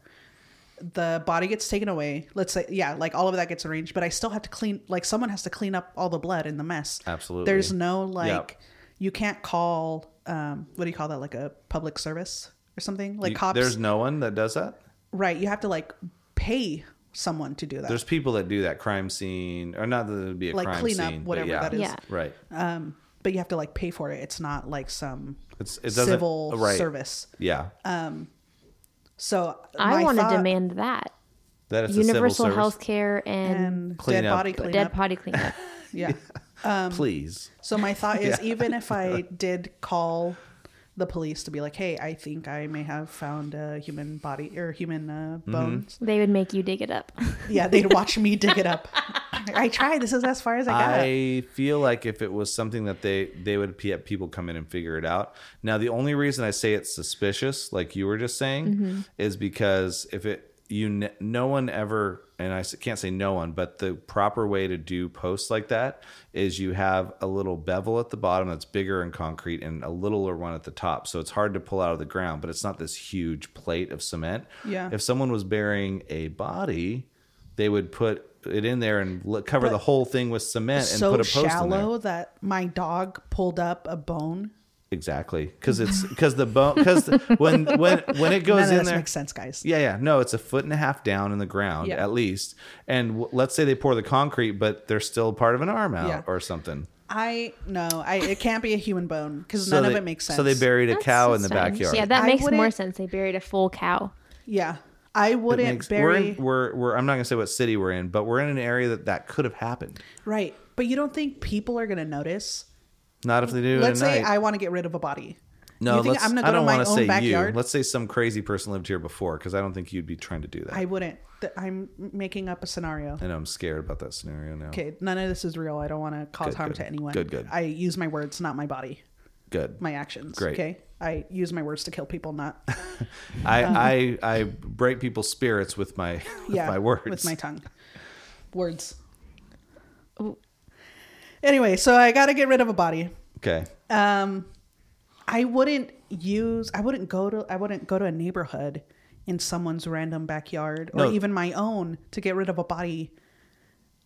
Speaker 3: the body gets taken away. Let's say, yeah, like all of that gets arranged, but I still have to clean, like, someone has to clean up all the blood in the mess.
Speaker 1: Absolutely.
Speaker 3: There's no, like, you can't call, um, what do you call that? Like a public service or something? Like
Speaker 1: You-
Speaker 3: cops.
Speaker 1: There's no one that does that.
Speaker 3: right. You have to, like, pay someone to do that.
Speaker 1: There's people that do that crime scene, or not that it would be a
Speaker 3: Like
Speaker 1: crime
Speaker 3: cleanup,
Speaker 1: scene, but
Speaker 3: whatever
Speaker 1: yeah,
Speaker 3: that is.
Speaker 2: Yeah.
Speaker 1: right.
Speaker 3: but you have to, like, pay for it. It's not like some
Speaker 1: It's it doesn't
Speaker 3: civil
Speaker 1: right.
Speaker 3: service. Uh,
Speaker 1: Yeah,
Speaker 3: So
Speaker 2: I
Speaker 3: my
Speaker 2: want to
Speaker 3: thought-
Speaker 2: demand that
Speaker 1: that is
Speaker 2: universal
Speaker 1: a civil
Speaker 2: health care and,
Speaker 3: and
Speaker 1: Clean
Speaker 3: dead
Speaker 1: up.
Speaker 3: body
Speaker 2: b-
Speaker 3: cleanup.
Speaker 2: dead potty cleanup.
Speaker 3: yeah.
Speaker 2: um,
Speaker 1: service. Please,
Speaker 3: So my thought is, even if I did call the police to be like, "Hey, I think I may have found a human body or human uh,
Speaker 1: Mm-hmm.
Speaker 3: bones,"
Speaker 2: they would make you dig it up.
Speaker 3: yeah, they'd watch me dig it up. I tried. This is as far as I got.
Speaker 1: I feel like if it was something that they they would p- have people come in and figure it out. Now, the only reason I say it's suspicious, like you were just saying, is because if it you ne- no one ever and I s- can't say no one, but the proper way to do posts like that is you have a little bevel at the bottom that's bigger and concrete and a littler one at the top. So it's hard to pull out of the ground, but it's not this huge plate of cement.
Speaker 3: Yeah.
Speaker 1: If someone was burying a body, they would put it in there and l- cover the whole thing with cement and
Speaker 3: so
Speaker 1: put a post in there.
Speaker 3: shallow that my dog pulled up a bone.
Speaker 1: Exactly, because it's because the bone because when when when it
Speaker 3: None
Speaker 1: goes
Speaker 3: of
Speaker 1: in
Speaker 3: this
Speaker 1: there.
Speaker 3: makes sense, guys.
Speaker 1: Yeah, yeah. No, it's a foot and a half down in the ground
Speaker 3: Yeah.
Speaker 1: at least. And w- let's say they pour the concrete, but they're still part of an arm out
Speaker 3: Yeah.
Speaker 1: or something.
Speaker 3: I no, I it can't be a human bone because
Speaker 1: So
Speaker 3: none
Speaker 1: they-
Speaker 3: of it makes sense.
Speaker 1: So they buried a
Speaker 2: That's
Speaker 1: cow in the
Speaker 2: strange.
Speaker 1: backyard.
Speaker 2: Yeah, that
Speaker 3: I
Speaker 2: makes more
Speaker 3: wouldn't-
Speaker 2: sense. They buried a full cow.
Speaker 3: Yeah, I
Speaker 1: It
Speaker 3: wouldn't
Speaker 1: makes- we're,
Speaker 3: bury.
Speaker 1: in, we're we're I'm not gonna say what city we're in, but we're in an area that that could have happened.
Speaker 3: Right, but you don't think people are gonna notice?
Speaker 1: Not if they do
Speaker 3: Let's
Speaker 1: it at
Speaker 3: say
Speaker 1: night.
Speaker 3: I want to get rid of a body.
Speaker 1: No,
Speaker 3: you think
Speaker 1: let's,
Speaker 3: I'm gonna
Speaker 1: I
Speaker 3: go
Speaker 1: don't
Speaker 3: to my
Speaker 1: wanna
Speaker 3: own
Speaker 1: say
Speaker 3: backyard?
Speaker 1: you. Let's say some crazy person lived here before, because I don't think you'd be trying to do that.
Speaker 3: I
Speaker 1: I,
Speaker 3: wouldn't. Th- I'm making up a scenario.
Speaker 1: know I'm scared about that scenario now.
Speaker 3: Okay, none of this is real. I don't want to cause
Speaker 1: Good,
Speaker 3: harm
Speaker 1: good.
Speaker 3: to anyone.
Speaker 1: Good, good.
Speaker 3: I use my words, not my body,
Speaker 1: Good.
Speaker 3: my actions.
Speaker 1: Great.
Speaker 3: Okay, I use my words to kill people, not
Speaker 1: I, I I break people's spirits with my with
Speaker 3: Uh-huh. yeah,
Speaker 1: my words.
Speaker 3: with my tongue, words. Anyway, so I got to get rid of a body.
Speaker 1: okay.
Speaker 3: um i wouldn't use i wouldn't go to i wouldn't go to a neighborhood in someone's random backyard or
Speaker 1: No.
Speaker 3: even my own to get rid of a body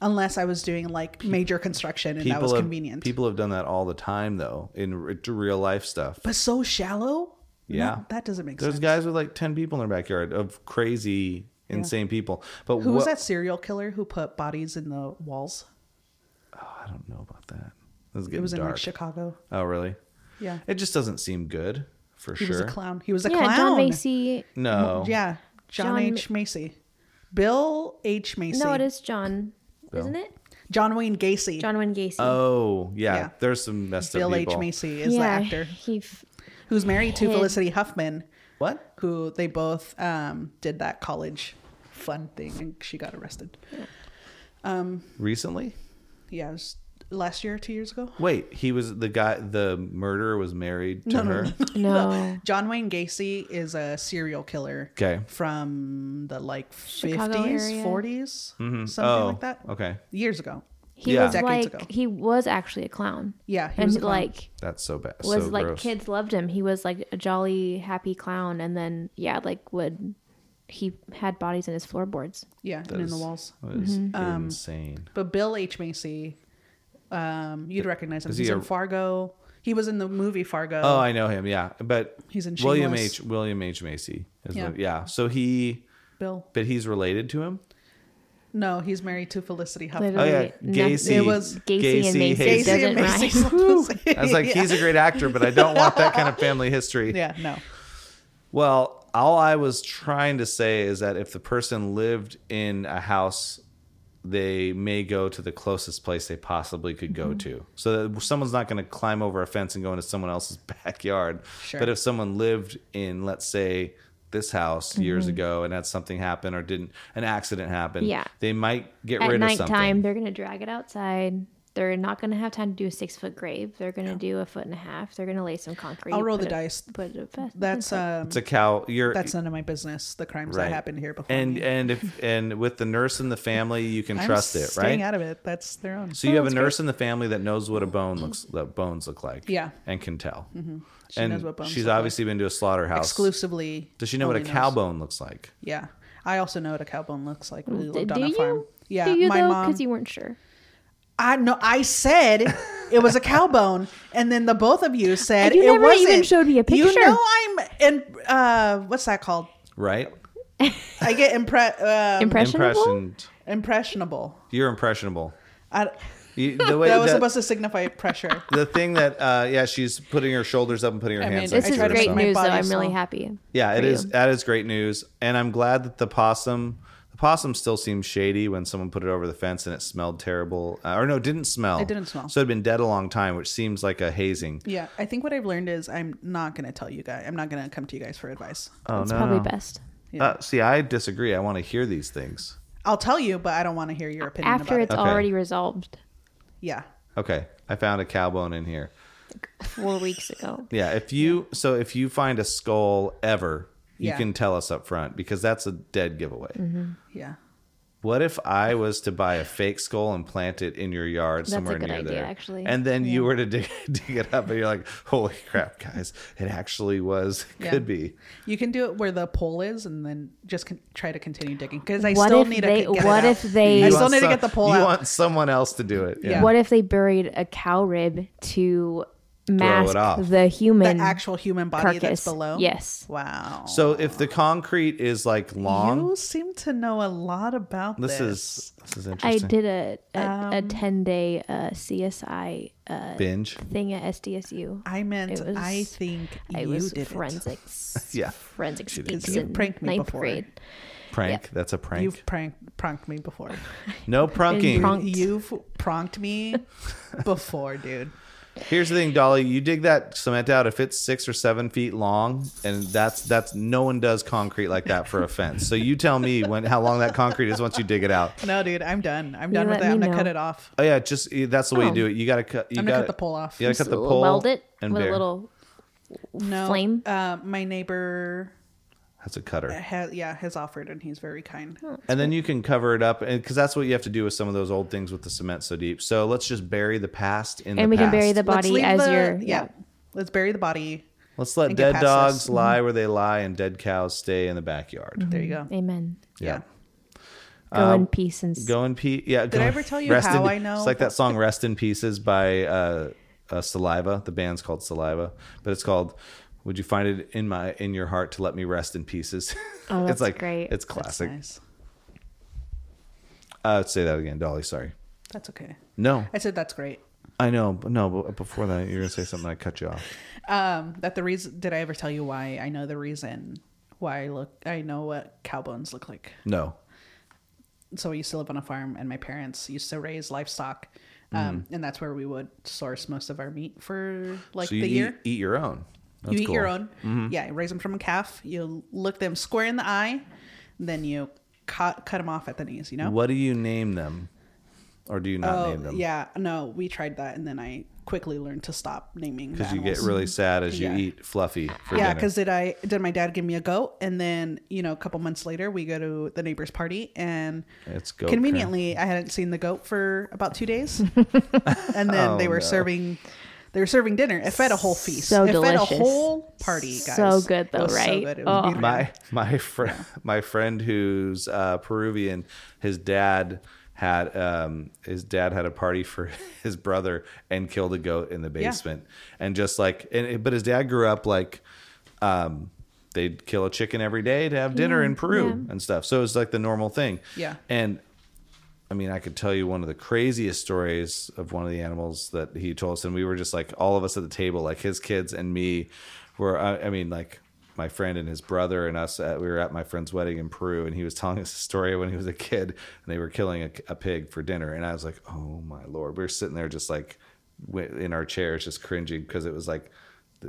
Speaker 3: unless i was doing like major construction and that was
Speaker 1: have,
Speaker 3: convenient
Speaker 1: People have done that all the time though in r- to real life stuff.
Speaker 3: but so shallow No,
Speaker 1: Yeah.
Speaker 3: that doesn't make
Speaker 1: There's
Speaker 3: sense
Speaker 1: guys with like ten people in their backyard of crazy, insane people. But
Speaker 3: who was
Speaker 1: what-
Speaker 3: that serial killer who put bodies in the walls
Speaker 1: I don't know about that. This is
Speaker 3: it
Speaker 1: getting
Speaker 3: was in
Speaker 1: dark.
Speaker 3: like chicago
Speaker 1: oh really?
Speaker 3: yeah
Speaker 1: It just doesn't seem good for
Speaker 3: he
Speaker 1: sure.
Speaker 3: was a clown he was a
Speaker 2: yeah,
Speaker 3: clown
Speaker 2: John Macy.
Speaker 1: No.
Speaker 3: yeah john,
Speaker 2: John-
Speaker 3: h macy bill h macy
Speaker 2: No, it is John, isn't it?
Speaker 3: john wayne gacy
Speaker 2: John Wayne Gacy.
Speaker 1: Oh yeah,
Speaker 3: Yeah.
Speaker 1: there's some messed
Speaker 3: bill
Speaker 1: up
Speaker 3: h
Speaker 1: people.
Speaker 3: macy is
Speaker 2: yeah,
Speaker 3: the actor
Speaker 2: He f-
Speaker 3: who's married to
Speaker 2: Hid.
Speaker 3: Felicity Huffman,
Speaker 1: What?
Speaker 3: who they both um, did that college fun thing, and she got arrested.
Speaker 1: Recently?
Speaker 3: Yeah, it was last year, two years ago.
Speaker 1: Wait, he was the guy. The murderer was married to
Speaker 3: No, no,
Speaker 1: her.
Speaker 3: no.
Speaker 2: no.
Speaker 3: John Wayne Gacy is a serial killer.
Speaker 1: Okay.
Speaker 3: From the like
Speaker 2: Chicago
Speaker 3: fifties,
Speaker 2: area.
Speaker 3: 40s something
Speaker 1: Oh,
Speaker 3: like that.
Speaker 1: okay.
Speaker 3: Years ago.
Speaker 2: He
Speaker 1: Yeah.
Speaker 2: was
Speaker 3: Decades
Speaker 2: like
Speaker 3: ago.
Speaker 2: he was actually a clown.
Speaker 3: Yeah, he
Speaker 2: and
Speaker 3: was a clown.
Speaker 2: like
Speaker 1: That's so bad.
Speaker 2: was
Speaker 1: so
Speaker 2: like
Speaker 1: gross.
Speaker 2: kids loved him. He was like a jolly, happy clown, and then yeah, like would he had bodies in his floorboards.
Speaker 3: Yeah, and in the walls.
Speaker 1: That is
Speaker 2: Mm-hmm. Um,
Speaker 1: insane.
Speaker 3: But Bill H Macy, um, you'd recognize him.
Speaker 1: Is
Speaker 3: He's
Speaker 1: he a-
Speaker 3: in Fargo. He was in the movie Fargo.
Speaker 1: Oh, I know him. Yeah, but
Speaker 3: He's in
Speaker 1: William
Speaker 3: Shameless.
Speaker 1: H. William H. Macy. Is
Speaker 3: Yeah.
Speaker 1: yeah. yeah. So he,
Speaker 3: Bill.
Speaker 1: but he's related to him.
Speaker 3: No, he's married to Felicity Huffman.
Speaker 1: Oh
Speaker 2: Literally,
Speaker 1: yeah,
Speaker 2: no-
Speaker 1: Gacy.
Speaker 3: It was
Speaker 2: Gacy,
Speaker 1: Gacy
Speaker 2: and Macy
Speaker 1: Hayes.
Speaker 3: Gacy
Speaker 2: doesn't
Speaker 3: and Macy
Speaker 2: rhyme.
Speaker 3: sometimes.
Speaker 1: I was like, he's a great actor, but I don't want that kind of family history.
Speaker 3: yeah, no.
Speaker 1: Well, all I was trying to say is that if the person lived in a house, they may go to the closest place they possibly could
Speaker 2: Mm-hmm.
Speaker 1: go to. So that someone's not going to climb over a fence and go into someone else's backyard.
Speaker 3: Sure.
Speaker 1: But if someone lived in, let's say, this house years ago and had something happen or didn't, an accident happen,
Speaker 2: Mm-hmm. Yeah.
Speaker 1: they might get
Speaker 2: At
Speaker 1: rid of
Speaker 2: nighttime,
Speaker 1: something.
Speaker 2: they're gonna drag it outside. They're not gonna have time to do a six foot grave. They're gonna do a foot and a half. They're gonna lay some concrete.
Speaker 3: I'll roll
Speaker 2: put
Speaker 3: the
Speaker 2: a-
Speaker 3: dice.
Speaker 2: Put a vest.
Speaker 3: That's um,
Speaker 1: It's a cow. You're
Speaker 3: that's none of my business. The crimes
Speaker 1: Right.
Speaker 3: that happened here before.
Speaker 1: and
Speaker 3: me.
Speaker 1: and if and with the nurse and the family, you can
Speaker 3: I'm
Speaker 1: trust it,
Speaker 3: staying
Speaker 1: right?
Speaker 3: out of it. Oh, That's their own.
Speaker 1: So you have a nurse in the family that knows what a bone looks, that bones look like,
Speaker 3: Yeah. Mm-hmm.
Speaker 1: and can tell.
Speaker 3: She
Speaker 1: and
Speaker 3: knows what bones
Speaker 1: she's
Speaker 3: look like.
Speaker 1: obviously been to a slaughterhouse.
Speaker 3: exclusively.
Speaker 1: Does she know what a
Speaker 3: only
Speaker 1: cow
Speaker 3: knows-
Speaker 1: bone looks like?
Speaker 3: Yeah, I also know what a cow bone looks like. We
Speaker 2: D-
Speaker 3: lived
Speaker 2: do
Speaker 3: on a
Speaker 2: you?
Speaker 3: farm. Yeah,
Speaker 2: Do you
Speaker 3: my
Speaker 2: though?
Speaker 3: mom.
Speaker 2: Because you weren't sure.
Speaker 3: I know. I said it was a cow bone, and then the both of you said
Speaker 2: You
Speaker 3: it
Speaker 2: never even
Speaker 3: wasn't.
Speaker 2: showed me a
Speaker 3: You
Speaker 2: picture.
Speaker 3: know I'm and uh, what's that called?
Speaker 1: right?
Speaker 3: I get impre- um,
Speaker 2: Impressionable.
Speaker 1: Impressioned.
Speaker 3: impressionable.
Speaker 1: You're impressionable.
Speaker 3: I,
Speaker 1: You, the way
Speaker 3: that was
Speaker 1: that-
Speaker 3: supposed to signify pressure.
Speaker 1: the thing that uh, yeah, she's putting her shoulders up and putting her
Speaker 3: I mean,
Speaker 1: hands.
Speaker 2: This
Speaker 1: up
Speaker 2: is
Speaker 1: to
Speaker 3: tried to
Speaker 1: herself.
Speaker 2: great
Speaker 3: make my
Speaker 2: news, though.
Speaker 3: body
Speaker 2: I'm really
Speaker 3: small.
Speaker 2: happy.
Speaker 1: Yeah, it
Speaker 2: for
Speaker 1: is.
Speaker 2: you.
Speaker 1: That is great news, and I'm glad that the possum, the possum still seems shady when someone put it over the fence and it smelled terrible, uh, or no, it didn't smell.
Speaker 3: It didn't smell.
Speaker 1: So it'd been dead a long time, which seems like a hazing.
Speaker 3: Yeah, I think what I've learned is I'm not going to tell you guys. I'm not going to come to you guys for advice.
Speaker 1: Oh
Speaker 2: It's
Speaker 1: no,
Speaker 2: probably
Speaker 1: no.
Speaker 2: best
Speaker 3: Yeah.
Speaker 1: Uh, see, I disagree. I want to hear these things.
Speaker 3: I'll tell you, but I don't want to hear your opinion
Speaker 2: after
Speaker 3: about
Speaker 2: it's
Speaker 3: it.
Speaker 1: Okay.
Speaker 2: already resolved
Speaker 3: Yeah.
Speaker 1: Okay, I found a cow bone in here.
Speaker 2: four weeks ago.
Speaker 1: Yeah, if you so if you find a skull ever,
Speaker 3: Yeah. Mm-hmm.
Speaker 1: you can tell us up front because that's a dead giveaway.
Speaker 3: Yeah.
Speaker 1: What if I was to buy a fake skull and plant it in your yard
Speaker 2: That's a
Speaker 1: somewhere
Speaker 2: good
Speaker 1: near
Speaker 2: idea,
Speaker 1: there?
Speaker 2: actually.
Speaker 1: and then you were to dig, dig it up, and you're like, "Holy crap, guys! It actually was.
Speaker 3: Yeah.
Speaker 1: Could be."
Speaker 3: You can do it where the pole is, and then just con- try to continue digging because I
Speaker 2: What
Speaker 3: still
Speaker 2: if
Speaker 3: need
Speaker 2: they-
Speaker 3: to get it
Speaker 2: what
Speaker 3: out.
Speaker 2: if they-
Speaker 3: I
Speaker 1: You
Speaker 3: still
Speaker 1: want
Speaker 3: need to
Speaker 1: some-
Speaker 3: get the pole
Speaker 1: You
Speaker 3: out.
Speaker 1: want someone else to do it. Yeah.
Speaker 3: Yeah.
Speaker 2: What if they buried a cow rib to mask
Speaker 1: off.
Speaker 2: the
Speaker 3: the
Speaker 2: human
Speaker 3: actual human body
Speaker 2: carcass?
Speaker 3: that's below.
Speaker 2: Yes.
Speaker 3: Wow.
Speaker 1: So if the concrete is like long,
Speaker 3: you seem to know a lot about this.
Speaker 1: this is this is
Speaker 2: I
Speaker 1: interesting.
Speaker 2: did a a, a
Speaker 3: Um,
Speaker 2: ten day uh, CSI uh,
Speaker 1: Binge.
Speaker 2: thing at SDSU.
Speaker 3: I meant.
Speaker 2: It was-
Speaker 3: I think
Speaker 2: I
Speaker 3: you
Speaker 2: was
Speaker 3: did it.
Speaker 2: forensics.
Speaker 1: Yeah.
Speaker 2: forensics
Speaker 1: did.
Speaker 2: geeks
Speaker 3: You
Speaker 2: in
Speaker 3: pranked me
Speaker 2: ninth
Speaker 3: before.
Speaker 2: grade.
Speaker 1: Prank. That's a prank.
Speaker 3: You've pranked pranked me before.
Speaker 1: no prunking.
Speaker 2: Prunk- Pranked.
Speaker 3: You've pranked me before, dude.
Speaker 1: Here's the thing, Dolly. You dig that cement out if it's six or seven feet long, and that's that's no one does concrete like that for a fence. So you tell me when how long that concrete is once you dig it out.
Speaker 3: No, dude, I'm done. I'm done
Speaker 2: You
Speaker 3: with
Speaker 2: let
Speaker 3: it. I'm
Speaker 2: me
Speaker 3: gonna cut
Speaker 2: know.
Speaker 3: it off.
Speaker 1: Oh yeah, just eh, that's the way you do
Speaker 2: Oh.
Speaker 1: it. You gotta cut. You
Speaker 3: I'm gonna
Speaker 1: gotta
Speaker 3: cut the pole off.
Speaker 1: You gotta cut the
Speaker 2: Just
Speaker 1: pole.
Speaker 2: Weld it
Speaker 1: and
Speaker 2: with
Speaker 1: bear.
Speaker 2: a little.
Speaker 3: No,
Speaker 2: flame?
Speaker 3: Uh, my neighbor
Speaker 1: That's a cutter,
Speaker 3: has yeah has offered, and he's very kind.
Speaker 1: and then you can cover it up, and because that's what you have to do with some of those old things with the cement so deep. So let's just bury the past in. the
Speaker 2: And we can bury
Speaker 1: past.
Speaker 2: the
Speaker 3: Let's
Speaker 2: body
Speaker 3: leave
Speaker 2: as
Speaker 3: the-
Speaker 2: your
Speaker 3: yeah. Let's bury the body.
Speaker 1: Let's let
Speaker 3: and get
Speaker 1: dead
Speaker 3: past
Speaker 1: dogs
Speaker 2: Mm-hmm.
Speaker 3: this.
Speaker 1: lie where they lie, and dead cows stay in the backyard.
Speaker 3: There you go.
Speaker 2: Amen.
Speaker 1: Yeah.
Speaker 2: Go in peace and s-
Speaker 1: Um, Go in peace. Yeah. Did
Speaker 3: I ever tell you how I know?
Speaker 1: It's like that song "Rest in Pieces" by uh, uh, Saliva. The band's called Saliva, but it's called "Would You Find It in My In Your Heart to Let Me Rest in Pieces."
Speaker 2: Oh,
Speaker 1: it's
Speaker 2: that's
Speaker 1: like
Speaker 2: great.
Speaker 1: It's
Speaker 3: That's
Speaker 1: classic.
Speaker 3: nice.
Speaker 1: Uh, say that again, Dolly. Sorry.
Speaker 3: That's okay.
Speaker 1: No,
Speaker 3: I said that's great.
Speaker 1: I know, but no. But before that, you're gonna say something. I cut you off.
Speaker 3: Um, that the reason did I ever tell you why I know the reason why I look I know what cow bones look like.
Speaker 1: No.
Speaker 3: So I used to live on a farm, and my parents used to raise livestock, um, and that's where we would source most of our meat for like
Speaker 1: Mm-hmm. so you
Speaker 3: the
Speaker 1: eat,
Speaker 3: year.
Speaker 1: eat your own. That's
Speaker 3: you eat your
Speaker 1: cool. Mm-hmm.
Speaker 3: own. Yeah, you raise them from a calf. You look them square in the eye, then you cut cut them off at the knees. You know.
Speaker 1: What do you name them, or do you not name them?
Speaker 3: Oh, yeah. No, we tried that, and then I quickly learned to stop naming
Speaker 1: Because you get
Speaker 3: animals.
Speaker 1: really sad as you
Speaker 3: Yeah.
Speaker 1: eat fluffy. For
Speaker 3: yeah
Speaker 1: dinner.
Speaker 3: because did i did my dad give me a goat and then you know a couple months later we go to the neighbor's party and
Speaker 1: It's goat
Speaker 3: conveniently i hadn't seen the goat for about two days and then they
Speaker 1: Oh,
Speaker 3: were
Speaker 1: no.
Speaker 3: serving they were serving dinner it fed a whole feast
Speaker 2: So
Speaker 3: it fed
Speaker 2: delicious.
Speaker 3: a whole party guys
Speaker 2: So good,
Speaker 3: It
Speaker 2: though,
Speaker 3: was so
Speaker 2: right?
Speaker 3: good. It was
Speaker 2: Oh.
Speaker 3: beautiful.
Speaker 1: my my friend my friend who's uh, Peruvian, his dad had um, his dad had a party for his brother and killed a goat in the basement, and just like and it- but his dad grew up like. Um, They'd kill a chicken every day to have dinner in Peru
Speaker 2: yeah.
Speaker 1: and stuff. So it was like the normal thing.
Speaker 3: Yeah.
Speaker 1: And I mean, I could tell you one of the craziest stories of one of the animals that he told us, and we were just like all of us at the table, like his kids and me, were. uh, I, I mean, like my friend and his brother and us. At, we were at my friend's wedding in Peru, and he was telling us a story when he was a kid, and they were killing a, a pig for dinner, and I was like, oh my lord, we were sitting there just like wi- in our chairs, just cringing because it was like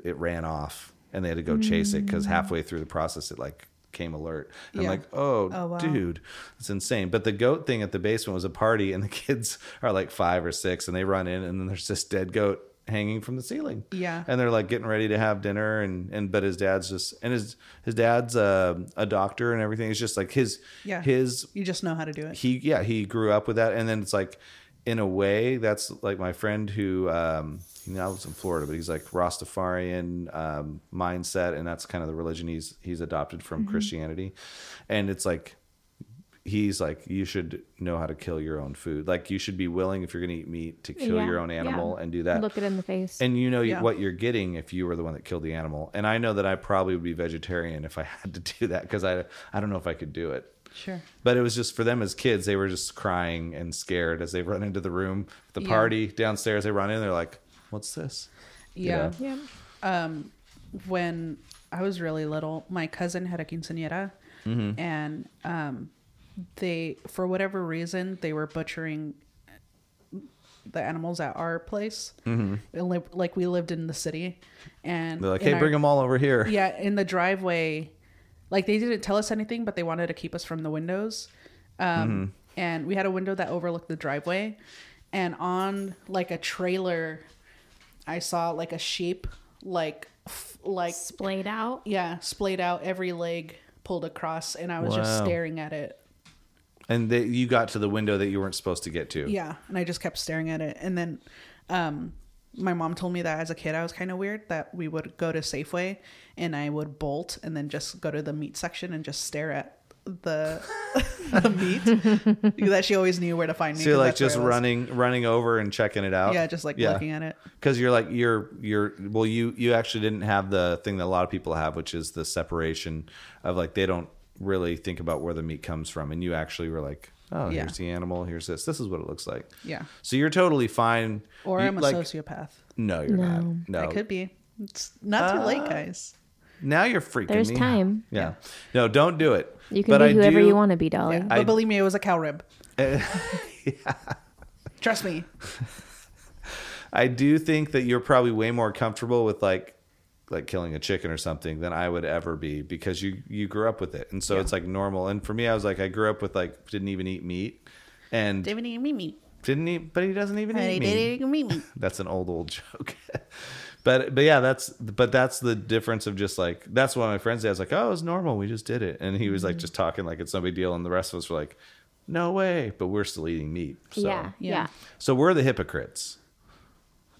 Speaker 1: it ran off, and they had to go chase it because halfway through the process, it like came alert. And
Speaker 3: Mm. Yeah.
Speaker 1: I'm like, oh,
Speaker 3: Oh, wow.
Speaker 1: dude, it's insane. But the goat thing at the basement was a party, and the kids are like five or six, and they run in, and then there's this dead goat hanging from the ceiling.
Speaker 3: Yeah.
Speaker 1: and they're like getting ready to have dinner, and and but his dad's just and his his dad's uh, a doctor and everything. It's just like his
Speaker 3: yeah
Speaker 1: his
Speaker 3: you just know how to do it
Speaker 1: he yeah he grew up with that and then it's like in a way that's like my friend who um he now lives in florida but he's like rastafarian
Speaker 2: Mm-hmm.
Speaker 1: um mindset and that's kind of the religion he's he's adopted from christianity and it's like he's like, you should know how to kill your own food. Like you should be willing if you're going to eat meat to kill
Speaker 2: Yeah,
Speaker 1: your own
Speaker 2: yeah.
Speaker 1: animal and do that.
Speaker 2: Look it in the face.
Speaker 1: and you know
Speaker 3: Yeah.
Speaker 1: what you're getting if you were the one that killed the animal. And I know that I probably would be vegetarian if I had to do that because I I don't know if I could do it.
Speaker 3: Sure.
Speaker 1: But it was just for them as kids, they were just crying and scared as they run into the room, the
Speaker 3: Yeah.
Speaker 1: party downstairs. They run in, they're like, "What's this?" You
Speaker 3: Yeah.
Speaker 1: know?
Speaker 2: yeah.
Speaker 3: When I was really little, my cousin had a quinceanera,
Speaker 1: Mm-hmm.
Speaker 3: and um, they, for whatever reason, they were butchering the animals at our place. And li- like we lived in the city, and
Speaker 1: Mm-hmm. They're like,
Speaker 3: in
Speaker 1: "Hey,
Speaker 3: our-
Speaker 1: bring them all over here."
Speaker 3: Yeah, in the driveway, like they didn't tell us anything, but they wanted to keep us from the windows. Um, And we had a window that overlooked the driveway, and on like a trailer, I saw like a sheep, like f- like
Speaker 2: Splayed out.
Speaker 3: yeah, splayed out, every leg pulled across, and I was just
Speaker 1: Wow.
Speaker 3: staring at it.
Speaker 1: And they, you got to the window that you weren't supposed to get to.
Speaker 3: Yeah, and I just kept staring at it, and then. Um, my mom told me that as a kid I was kind of weird that we would go to Safeway and I would bolt and then just go to the meat section and just stare at the the meat that she always knew where to find me.
Speaker 1: So you're
Speaker 3: 'cause
Speaker 1: like
Speaker 3: that's where
Speaker 1: just
Speaker 3: I was.
Speaker 1: running, running over and checking it out.
Speaker 3: Yeah, just like looking at it.
Speaker 1: because you're like you're you're well you you actually didn't have the thing that a lot of people have which is the separation of like they don't really think about where the meat comes from and you actually were like oh
Speaker 3: Yeah.
Speaker 1: here's the animal here's this this is what it looks like
Speaker 3: Yeah.
Speaker 1: so you're totally fine
Speaker 3: Or
Speaker 1: You-
Speaker 3: I'm a
Speaker 1: like,
Speaker 3: sociopath.
Speaker 1: no you're
Speaker 2: No.
Speaker 1: not no Uh,
Speaker 3: I could be. It's not too late, guys.
Speaker 1: now you're freaking
Speaker 2: There's
Speaker 1: me out.
Speaker 2: time.
Speaker 1: yeah. no don't do it
Speaker 2: You can
Speaker 1: but
Speaker 2: be
Speaker 1: I
Speaker 2: whoever
Speaker 1: do,
Speaker 2: you want to be, Dolly.
Speaker 3: Yeah. But believe me, it was a cow rib. Trust me.
Speaker 1: I do think that you're probably way more comfortable with like like killing a chicken or something than I would ever be because you you grew up with it. And so it's like normal. And for me I was like I grew up with like didn't even eat meat and
Speaker 3: David eat meat.
Speaker 1: didn't eat but he doesn't even eat meat.
Speaker 3: meat.
Speaker 1: That's an old old joke. but but yeah, that's but that's the difference of just like that's one of my friends did. I was like, "Oh, it's normal. We just did it." And he was like just talking like it's no big deal and the rest of us were like, "No way." But we're still eating meat. So
Speaker 2: yeah.
Speaker 3: Yeah.
Speaker 2: Yeah.
Speaker 1: so we're the hypocrites.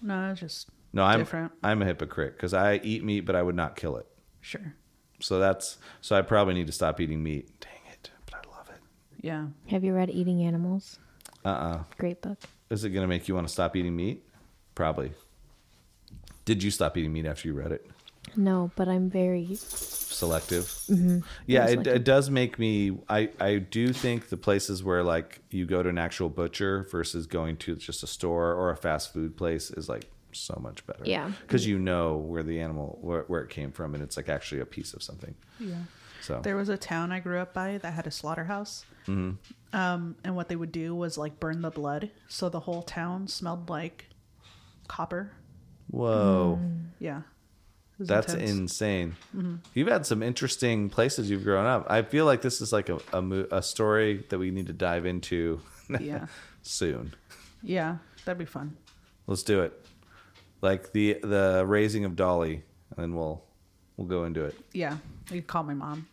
Speaker 3: No, it's just
Speaker 1: No, I'm
Speaker 3: different.
Speaker 1: I'm a hypocrite because I eat meat, but I would not kill it.
Speaker 3: Sure.
Speaker 1: So that's so I probably need to stop eating meat. Dang it! But I love it.
Speaker 3: Yeah.
Speaker 2: Have you read Eating Animals?
Speaker 1: Uh uh
Speaker 2: Great book.
Speaker 1: Is it gonna make you want to stop eating meat? Probably. Did you stop eating meat after you read it?
Speaker 2: No, but I'm very
Speaker 1: Selective. Yeah,
Speaker 2: Very
Speaker 1: it,
Speaker 2: selective.
Speaker 1: it does make me. I I do think the places where like you go to an actual butcher versus going to just a store or a fast food place is like so much better.
Speaker 2: Yeah.
Speaker 1: because you know where the animal where, where it came from, and it's like actually a piece of something.
Speaker 3: Yeah.
Speaker 1: So
Speaker 3: There was a town I grew up by that had a slaughterhouse.
Speaker 1: Mm-hmm.
Speaker 3: Um, and what they would do was like burn the blood. So the whole town smelled like copper.
Speaker 1: Whoa,
Speaker 3: Yeah. It Mm. was
Speaker 1: that's
Speaker 3: intense. Mm-hmm.
Speaker 1: insane. You've had some interesting places you've grown up. I feel like this is like a a, mo- a story that we need to dive into
Speaker 3: Yeah.
Speaker 1: soon.
Speaker 3: Yeah. That'd be fun.
Speaker 1: Let's do it. Like the the raising of Dolly, and then we'll we'll go into it.
Speaker 3: Yeah. You could call my mom.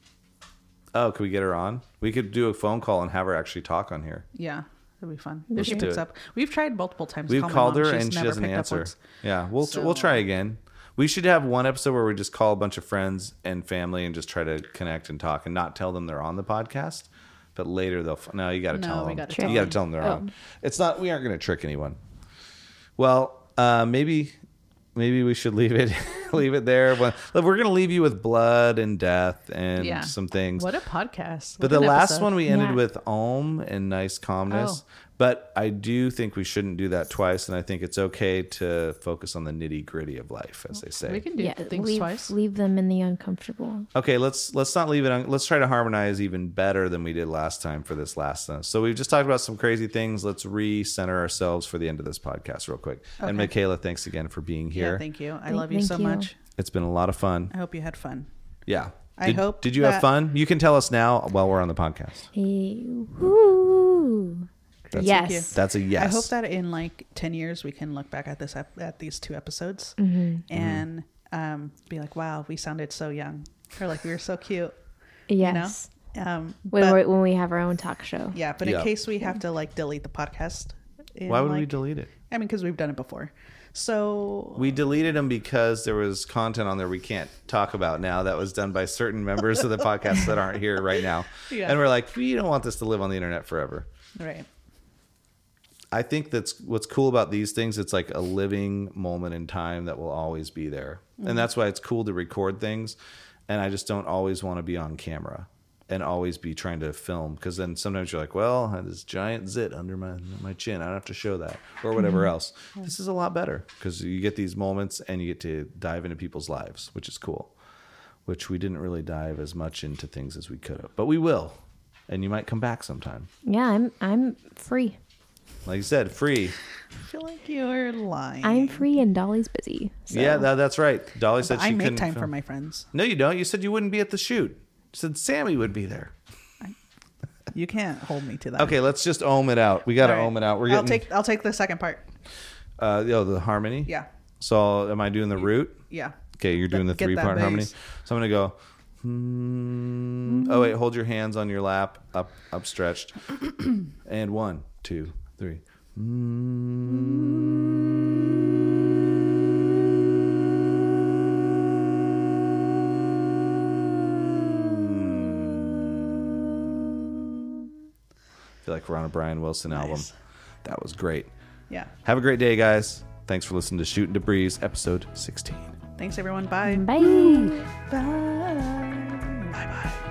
Speaker 1: Oh, could we get her on? We could do a phone call and have her actually talk on here.
Speaker 3: Yeah. That'd be fun.
Speaker 2: Let's
Speaker 3: If she
Speaker 1: do
Speaker 3: picks
Speaker 1: it.
Speaker 3: up. We've tried multiple times. to
Speaker 1: We've
Speaker 3: call my
Speaker 1: called
Speaker 3: mom.
Speaker 1: her
Speaker 3: She's
Speaker 1: and she
Speaker 3: never
Speaker 1: doesn't
Speaker 3: picked up
Speaker 1: answer.
Speaker 3: once.
Speaker 1: Yeah, we'll
Speaker 3: So- um,
Speaker 1: we'll try again. We should have one episode where we just call a bunch of friends and family and just try to connect and talk and not tell them they're on the podcast. But later they'll f- no, you got to
Speaker 3: No,
Speaker 1: tell
Speaker 3: we
Speaker 1: them.
Speaker 3: gotta
Speaker 2: Trick.
Speaker 1: you got to tell them they're
Speaker 2: Oh.
Speaker 1: on. It's not. We aren't going to trick anyone. Well, uh, maybe maybe we should leave it leave it there. Well, look, we're going to leave you with blood and death and
Speaker 3: Yeah.
Speaker 1: some things.
Speaker 3: What a podcast.
Speaker 1: But
Speaker 3: What
Speaker 1: the
Speaker 3: an
Speaker 1: last
Speaker 3: episode.
Speaker 1: one we ended
Speaker 2: Yeah.
Speaker 1: with om and nice calmness.
Speaker 3: Oh.
Speaker 1: But I do think we shouldn't do that twice, and I think it's okay to focus on the nitty gritty of life, as they
Speaker 3: We
Speaker 1: say.
Speaker 3: can do
Speaker 2: yeah.
Speaker 3: things
Speaker 2: leave,
Speaker 3: twice.
Speaker 2: leave them in the uncomfortable.
Speaker 1: Okay, let's let's not leave it on. Let's try to harmonize even better than we did last time for this last one. So we've just talked about some crazy things. Let's recenter ourselves for the end of this podcast, real quick. And
Speaker 3: Okay.
Speaker 1: Michaela, thanks again for being here.
Speaker 3: Yeah. Thank you. I
Speaker 2: Thank-
Speaker 3: love you
Speaker 2: thank
Speaker 3: so
Speaker 2: you.
Speaker 3: much.
Speaker 1: it's been a lot of fun.
Speaker 3: I hope you had fun.
Speaker 1: Yeah.
Speaker 3: I
Speaker 1: did,
Speaker 3: hope
Speaker 1: Did you
Speaker 3: that-
Speaker 1: have fun? You can tell us now while we're on the podcast.
Speaker 2: Hey, woo.
Speaker 1: That's-
Speaker 2: yes.
Speaker 1: That's a yes.
Speaker 3: I hope that in like ten years we can look back at this ep- at these two episodes
Speaker 1: Mm-hmm.
Speaker 3: and um, be like, "Wow, we sounded so young," or like, "We were so cute."
Speaker 2: Yes.
Speaker 3: You know? Um,
Speaker 2: When,
Speaker 3: but-
Speaker 2: we're, when we have our own talk show.
Speaker 3: yeah, but
Speaker 1: Yeah.
Speaker 3: in case we have to like delete the podcast, in,
Speaker 1: Why would we
Speaker 3: like-
Speaker 1: delete it?
Speaker 3: I mean, because we've done it before, So
Speaker 1: We deleted them because there was content on there we can't talk about now that was done by certain members of the podcast that aren't here right now.
Speaker 3: Yeah.
Speaker 1: And we're like, we don't want this to live on the internet forever.
Speaker 3: right.
Speaker 1: I think that's what's cool about these things. It's like a living moment in time that will always be there. And that's why it's cool to record things. And I just don't always want to be on camera and always be trying to film because then sometimes you're like, well, I had this giant zit under my, my chin. I don't have to show that or whatever else. This is a lot better because you get these moments and you get to dive into people's lives, which is cool, which we didn't really dive as much into things as we could have, but we will. And you might come back sometime.
Speaker 2: Yeah, I'm I'm free.
Speaker 1: Like you said, free.
Speaker 3: I feel like you're lying.
Speaker 2: I'm free and Dolly's busy. So.
Speaker 1: Yeah, tha- that's right. Dolly
Speaker 3: But
Speaker 1: said she
Speaker 3: I make
Speaker 1: couldn't
Speaker 3: time for
Speaker 1: film.
Speaker 3: my friends.
Speaker 1: No, you don't. You said you wouldn't be at the shoot. You said Sammy would be there.
Speaker 3: You can't hold me to that.
Speaker 1: Okay, let's just ohm it out. We got to
Speaker 3: All right.
Speaker 1: ohm it out. We're
Speaker 3: I'll
Speaker 1: getting
Speaker 3: take I'll take the second part.
Speaker 1: uh, you know, the harmony.
Speaker 3: Yeah.
Speaker 1: So am I doing the root?
Speaker 3: Yeah.
Speaker 1: Okay, you're doing the
Speaker 3: Get that
Speaker 1: three part
Speaker 3: bass.
Speaker 1: harmony. So I'm gonna go. Hmm. Oh wait, hold your hands on your lap, up, upstretched, and one, two, three. I feel like we're on a Brian Wilson album.
Speaker 3: Nice.
Speaker 1: That was great.
Speaker 3: Yeah.
Speaker 1: Have a great day, guys. Thanks for listening to Shooting Debris, episode 16.
Speaker 3: Thanks everyone. Bye.
Speaker 2: Bye.
Speaker 3: Bye. Bye bye.